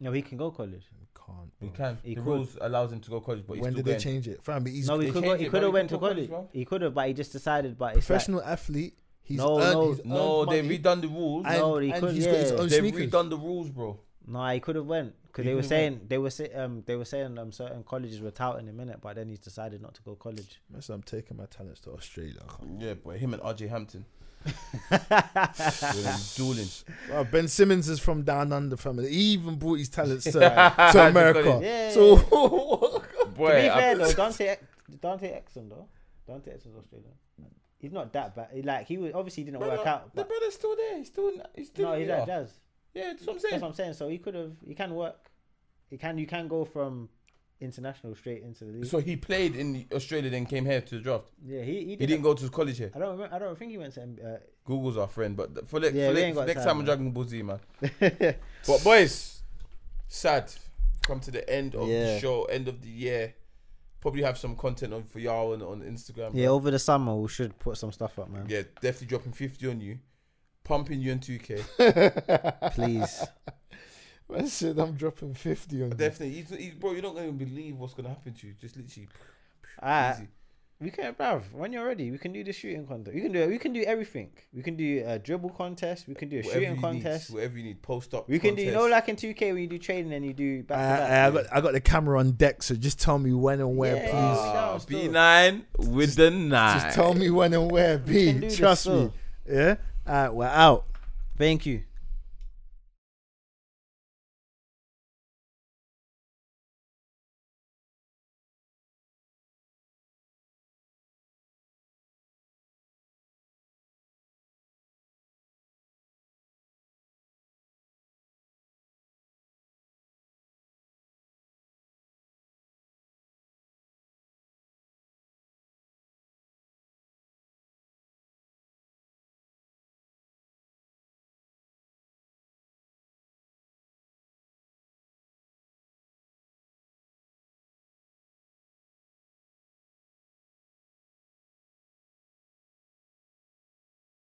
No, he can go college. He can't. he bro. can. Mm. He the could. rules allows him to go college, but he's when still did they going. change it? Fam, but he's no, a he they could go. changed He could it, bro. have He went can to go college, college. He could have, but he just decided. But it's like, professional athlete. He's No, earned, no. he's earned No, they money. redone the rules. and, No, he and could, he's got his yeah. own They've sneakers. redone the rules, bro. no, he could have went because He they were could have saying they were say, um they were saying um certain colleges were touting him in it, but then he's decided not to go [laughs] college. Listen, I'm taking my talents to Australia. Yeah, boy, him and RJ Hampton. [laughs] Dueling. Well, ben Simmons is from down under, family. He even brought his talents [laughs] to, To to America. college. Yeah. So [laughs] [laughs] Boy, to be I- fair [laughs] though, Dante Ex- Dante Exum though, Dante Exum's Australian. He's not that bad. He, Like he was obviously he didn't Brother, work out. The But brother's still there. He's still. He's still no, he's there. at Jazz. Yeah, that's what I'm That's saying. what I'm saying. So he could have. He can work. He can. You can go from international straight into the league. So he played in Australia, then came here to the draft. yeah, he, he He didn't. didn't go to college here. I don't. Remember, I don't think he went to. M- Uh, Google's our friend, but th- for, le- Yeah, for, we le- ain't got next time, time on man. Dragon Ball [laughs] Z, man. But boys, sad. Come to the end of Yeah. the show, end of the year. Probably have some content on for y'all on, on Instagram. yeah, over the summer we should put some stuff up, man. Yeah, definitely dropping 50 on you. Pumping you in 2K. [laughs] Please. I said I'm dropping 50 [laughs] on you. definitely. He's, he's, bro, you're not going to believe what's going to happen to you. Just literally. Ah, easy. we can, bruv. When you're ready, we can do the shooting contest. We can do it. We can do everything. We can do a dribble contest. We can do a Whatever shooting you contest. Need, whatever you need. Post up. We can do, you know, contest. like in 2K when you do trading and you do back I, to back. I, I, got, I got the camera on deck, so just tell me when and where, Yeah, please. yeah. Ah, Shout still. B9 with the 9. Just tell me when and where, We can B. do this Trust me. still. Yeah? All right, we're out. Thank you.